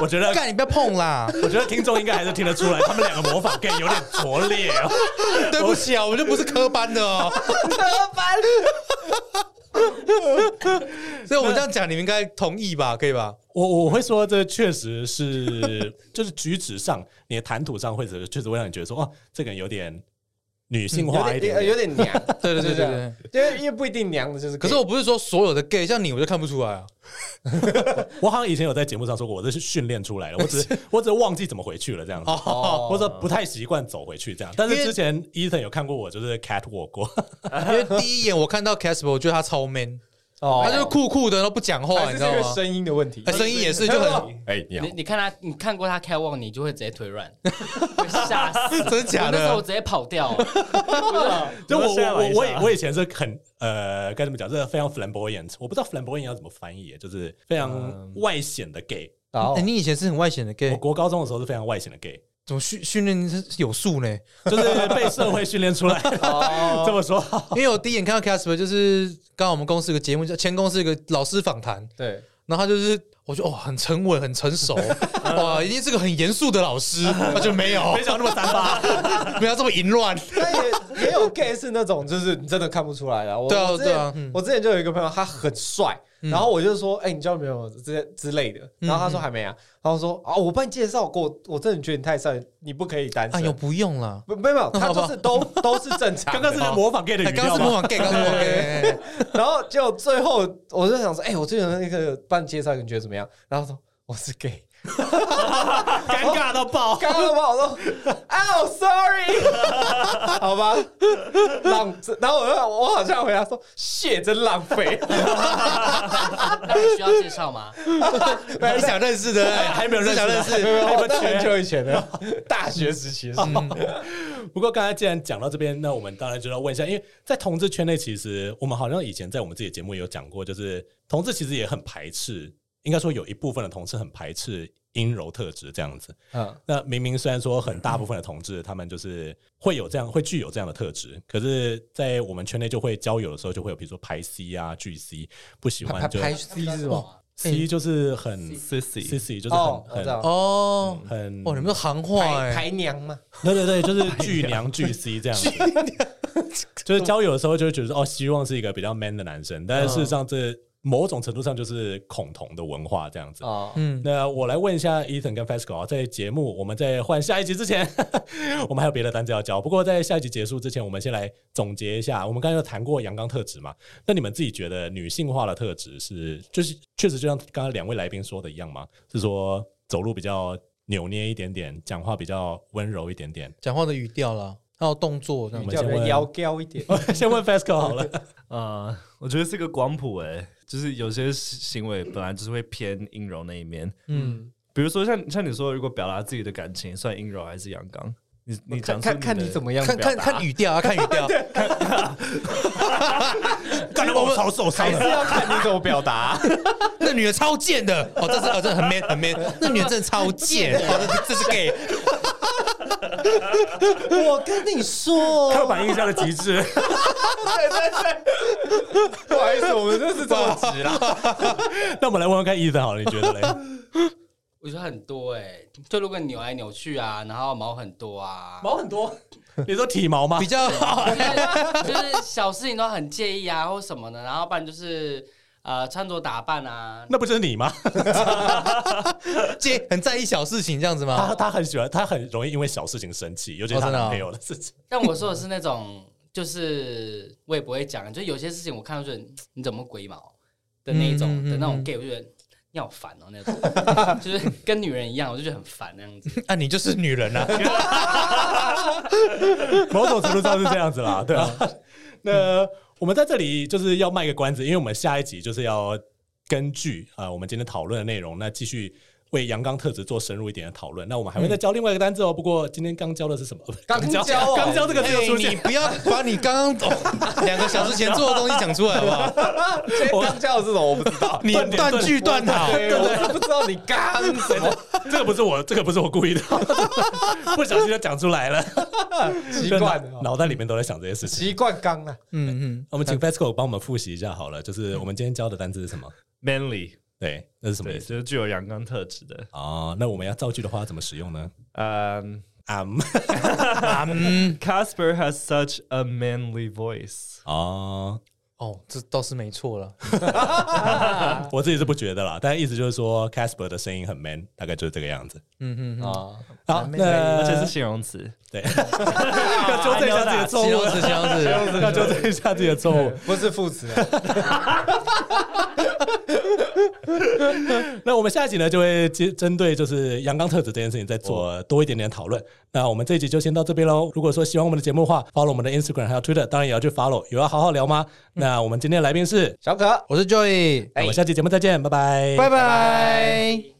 Speaker 4: 我觉得，
Speaker 3: 干你不要碰啦，
Speaker 4: 我觉得听众应该还是听得出来，他们两个模仿 gay 有点拙劣哦。
Speaker 3: (laughs) 对不起啊，我们就不是科班的哦，
Speaker 2: 怎班
Speaker 3: (laughs) 所以我们这样讲，你们应该同意吧？可以吧？
Speaker 4: 我 (laughs) 我会说，这确实是， (laughs) 就是举止上，你的谈吐上，或者确实会让你觉得说，哦，这个人有点女性化
Speaker 2: 有
Speaker 4: 一嗯点
Speaker 2: 点
Speaker 4: 点。
Speaker 2: 有点娘，
Speaker 3: 对对对对
Speaker 2: 因
Speaker 3: 对。
Speaker 2: 为因为不一定娘的就是，
Speaker 3: 可是我不是说所有的 gay，像你我就看不出来啊。
Speaker 4: 我好像以前有在节目上说过，我这是训练出来的，我只 (laughs) 是我只是忘记怎么回去了这样子。
Speaker 3: 哦，
Speaker 4: 或者不太习惯走回去这样，但是
Speaker 3: 因为
Speaker 4: 之前 Ethan 有看过我，就是 catwalk 过，
Speaker 3: 因为第一眼我看到 Casper，我觉得他超 man，
Speaker 2: 哦
Speaker 3: 他就是酷酷的，然后不讲话，
Speaker 2: 还
Speaker 3: 你
Speaker 2: 是
Speaker 3: 知道
Speaker 2: 这个
Speaker 3: 吗？
Speaker 2: 声音的问题
Speaker 3: 他，声音也是
Speaker 2: (laughs)
Speaker 3: 就很
Speaker 4: (laughs) 哎，你
Speaker 5: 你你看他，你看过他 c a t w a 你就会直接腿
Speaker 3: (laughs)
Speaker 5: 软，会吓死。
Speaker 3: 真的假
Speaker 5: 我那时候我
Speaker 3: 的？
Speaker 5: 直接跑掉，真的
Speaker 4: 就我
Speaker 1: 我现在
Speaker 4: 我
Speaker 1: 玩一
Speaker 4: 我
Speaker 1: 下
Speaker 4: 以我以前是很呃该怎么讲，是非常 flamboyant，我不知道 flamboyant 要怎么翻译，就是非常外显的 gay。
Speaker 2: 哦
Speaker 3: 哎，你以前是很外显的
Speaker 4: 我
Speaker 3: gay，
Speaker 4: 国高中的时候是非常外显的 gay，
Speaker 3: 怎么训训练是有素呢？
Speaker 4: 就是被社会训练出来。
Speaker 3: 哦
Speaker 2: 哦
Speaker 4: 这么说，
Speaker 3: 因为我第一眼看到 Casper，就是刚好我们公司有个节目叫前公司有个老师访谈，
Speaker 2: 对，
Speaker 3: 然后他就是，我觉得哦，很沉稳，很成 (laughs) 熟，哇，一定是个很严肃的老师，那就没有
Speaker 4: 没想到那么三八。
Speaker 3: 没有这么淫乱，
Speaker 2: 但也也有 gay 是那种，就是你真的看不出来了。我
Speaker 3: 对啊
Speaker 2: 我之
Speaker 3: 对啊嗯
Speaker 2: 前我之前就有一个朋友，他很帅，
Speaker 3: 嗯
Speaker 2: 然后我就说，哎，你交女朋友之类之类的，然后他说还没啊，
Speaker 3: 嗯
Speaker 2: 然后说啊，我帮你介绍过，我真的觉得你太帅，你不可以单
Speaker 3: (laughs) 哎呦，
Speaker 2: 身。
Speaker 3: 不用啦。
Speaker 2: 不，没有没有，
Speaker 3: 那 (laughs) 好
Speaker 2: 他
Speaker 3: 吧
Speaker 2: 就是都都是正常的。
Speaker 4: 刚刚是在模仿
Speaker 3: (laughs)
Speaker 4: gay 的
Speaker 3: 哎
Speaker 4: 语
Speaker 3: 刚刚
Speaker 4: 调
Speaker 3: 是模
Speaker 4: 吗？
Speaker 3: 仿 gay，刚刚是模仿 gay，
Speaker 2: 然后就最后我就想说，哎、我最近那个帮你介绍一个，你觉得怎么样？然后说我是 gay，
Speaker 4: 尴尬到爆。
Speaker 2: 刚刚吧，我说 (laughs) 哦，sorry，好 (laughs) 吧，浪，然后我就我好像回答说，谢，真浪费，
Speaker 5: 那你需要介绍吗？ (laughs)
Speaker 3: 你想认识的，还没有
Speaker 4: 认识
Speaker 3: 想
Speaker 4: 的
Speaker 3: 认
Speaker 2: 没有
Speaker 3: 识。
Speaker 2: 没有，
Speaker 4: 还不
Speaker 2: 我哦那
Speaker 4: 缺
Speaker 2: 很久以前的，嗯大学时期的事情。
Speaker 4: 不过刚才既然讲到这边，那我们当然就要问一下，因为在同志圈内，其实我们好像以前在我们自己的节目也有讲过，就是同志其实也很排斥，应该说有一部分的同志很排斥阴柔特质这样子。
Speaker 2: 嗯，
Speaker 4: 那明明虽然说很大部分的同志，他们就是会有这样会具有这样的特质，可是，在我们圈内就会交友的时候，就会有比如说排 C 啊、巨 C，不喜
Speaker 2: 拍
Speaker 4: 欢就哎
Speaker 2: 拍 C 是什么？
Speaker 4: C 就是很 C
Speaker 1: Sissy，
Speaker 4: C 就是
Speaker 2: 哦，我
Speaker 4: 很
Speaker 2: 知道
Speaker 4: 很
Speaker 2: 了，
Speaker 3: 哦，
Speaker 4: 很 (laughs)
Speaker 3: 哇，你们都行话
Speaker 2: 排
Speaker 3: 哎，
Speaker 2: 排娘嘛，
Speaker 4: 对对对，就是巨娘
Speaker 2: (laughs)
Speaker 4: 巨 C 这样子，就是交友的时候就会觉得说哦，希望是一个比较 man 的男生，但是事实上这某种程度上就是恐同的文化这样子。
Speaker 2: 哦，
Speaker 3: 嗯，
Speaker 4: (laughs) 那我来问一下 Ethan 跟 Fasco 啊，在节目我们在换下一集之前， (laughs) 我们还有别的单子要交。不过在下一集结束之前，我们先来总结一下。我们刚才有谈过阳刚特质嘛？那你们自己觉得女性化的特质是，就是确实就像刚刚两位来宾说的一样吗？是说走路比较扭捏一点点，讲话比较温柔一点点。 (laughs)
Speaker 3: 讲话的语调啦，还有动作这样
Speaker 4: 我
Speaker 2: 比
Speaker 4: 们
Speaker 2: 较
Speaker 4: 先问
Speaker 2: 妖娇一点。
Speaker 4: 先问 Fasco 好了，
Speaker 1: 呃，我觉得是个光谱诶、就是有些行为本来就是会偏阴柔那一面，
Speaker 3: 嗯，
Speaker 1: 比如说像像你说，如果表达自己的感情算阴柔还是阳刚，你你讲
Speaker 2: 看
Speaker 1: 出
Speaker 2: 看看
Speaker 1: 的
Speaker 2: 你怎么样
Speaker 3: 看 (laughs)
Speaker 2: 表
Speaker 3: 看
Speaker 2: 达，
Speaker 3: 看语调啊，看语调，
Speaker 4: 干了我超受伤
Speaker 2: 还是
Speaker 4: 了。
Speaker 2: 要看你怎么表达。
Speaker 3: 那女的超贱的，哦，这是哦，这很 man 很 man，那女的真的超 (laughs) 贱，哦，这这是 gay，
Speaker 2: (laughs)
Speaker 3: (laughs)
Speaker 2: 我跟你说，
Speaker 4: 刻板印象的极致，
Speaker 2: (laughs) 不好意思，我们就是这么直啦。
Speaker 4: (laughs) 那我们来问问看伊森好了，你觉得嘞？
Speaker 5: 我觉得很多哎、就如果你扭来扭去啊，然后毛很多啊，
Speaker 2: (laughs) 毛很多，
Speaker 4: 你说体毛吗
Speaker 3: 比？较 (laughs)
Speaker 5: 就是小事情都很介意啊，或什么的，然后不然就是呃穿着打扮啊，
Speaker 4: 那不就是你吗？
Speaker 3: 介很在意小事情这样子吗
Speaker 4: 他？他很喜欢，他很容易因为小事情生气，尤其是
Speaker 3: 哦
Speaker 4: 他
Speaker 3: 真的哦
Speaker 4: 男朋友的事情。 (laughs)
Speaker 5: 但我说的是那种，就是我也不会讲，就有些事情我看到觉得嗯你怎么鬼毛的那一种、
Speaker 3: 嗯嗯嗯
Speaker 5: 的那种
Speaker 3: 嗯
Speaker 5: gay，我就觉得你好烦哦、那种，就是跟女人一样，我就觉得很烦那样子。
Speaker 3: 啊，你就是女人 (laughs) 啊，
Speaker 4: 某种程度上是这样子啦，
Speaker 3: (laughs)
Speaker 4: 对啊。那我们在这里就是要卖个关子，因为我们下一集就是要根据啊、呃我们今天讨论的内容，那继续为阳刚特质做深入一点的讨论。那我们还会再教另外一个单字哦，不过今天刚教的是
Speaker 3: (laughs)
Speaker 4: 什么？
Speaker 2: 刚
Speaker 4: 教
Speaker 2: 教哦
Speaker 4: 刚教这个字又
Speaker 3: 啊哎
Speaker 4: 出
Speaker 3: 你
Speaker 4: 现，
Speaker 3: 不要把你刚刚哦两个小时前做的东西讲出来好不 (laughs) 好？
Speaker 2: 今天刚教的这种我不知道，
Speaker 3: 你断句断好，
Speaker 2: (laughs) 对，我是不知道你刚什 (laughs) 么
Speaker 4: 这个不是我，这个不是我故意的， (laughs) 不小心就讲出来了，
Speaker 2: 习惯的
Speaker 4: 就脑
Speaker 2: 哦，
Speaker 4: 脑袋里面都在想这些事情。
Speaker 2: 习惯刚啊，
Speaker 3: 嗯嗯，
Speaker 4: 我们请 Fesco 帮我们复习一下好了，就是我们今天教的单字是什么？
Speaker 1: manly，
Speaker 4: 对，那是什么
Speaker 1: 对，
Speaker 4: 意思？
Speaker 1: 就是具有阳刚特质的。
Speaker 4: 哦，那我们要造句的话要怎么使用呢？
Speaker 1: 嗯、
Speaker 4: 啊、嗯
Speaker 3: 啊嗯，
Speaker 1: Casper has such a manly voice。
Speaker 4: (laughs) 哦，
Speaker 3: 哦，这倒是没错 (laughs) 了，
Speaker 4: 我自己是不觉得啦，但意思就是说，Casper 的声音很 man，大概就是这个样子。哦
Speaker 3: 嗯嗯嗯，
Speaker 2: 啊，
Speaker 4: 好，
Speaker 3: 蛮 man
Speaker 4: 那
Speaker 1: 而且是形容词，
Speaker 4: 对，呃 (laughs) 要纠正一下自己的错
Speaker 3: 形容
Speaker 4: 误，
Speaker 3: 词 (laughs) 形容词。
Speaker 4: 要纠正一下自己的错
Speaker 1: (laughs)
Speaker 4: 误。
Speaker 2: 不是副词啊，
Speaker 4: 那我们下一集呢，就会针针对就是阳刚特质这件事情再
Speaker 1: 哦
Speaker 4: 做多一点点讨论。那我们这一集就先到这边喽。如果说喜欢我们的节目的话，follow 我们的 Instagram 还有 Twitter，当然也要去 follow。有要好好聊吗？
Speaker 1: 嗯
Speaker 4: 那我们今天的来宾是，
Speaker 2: 小可，
Speaker 1: 哎
Speaker 3: 我是 Joy，
Speaker 4: 那我们下期节目再见，拜拜，
Speaker 2: 拜拜。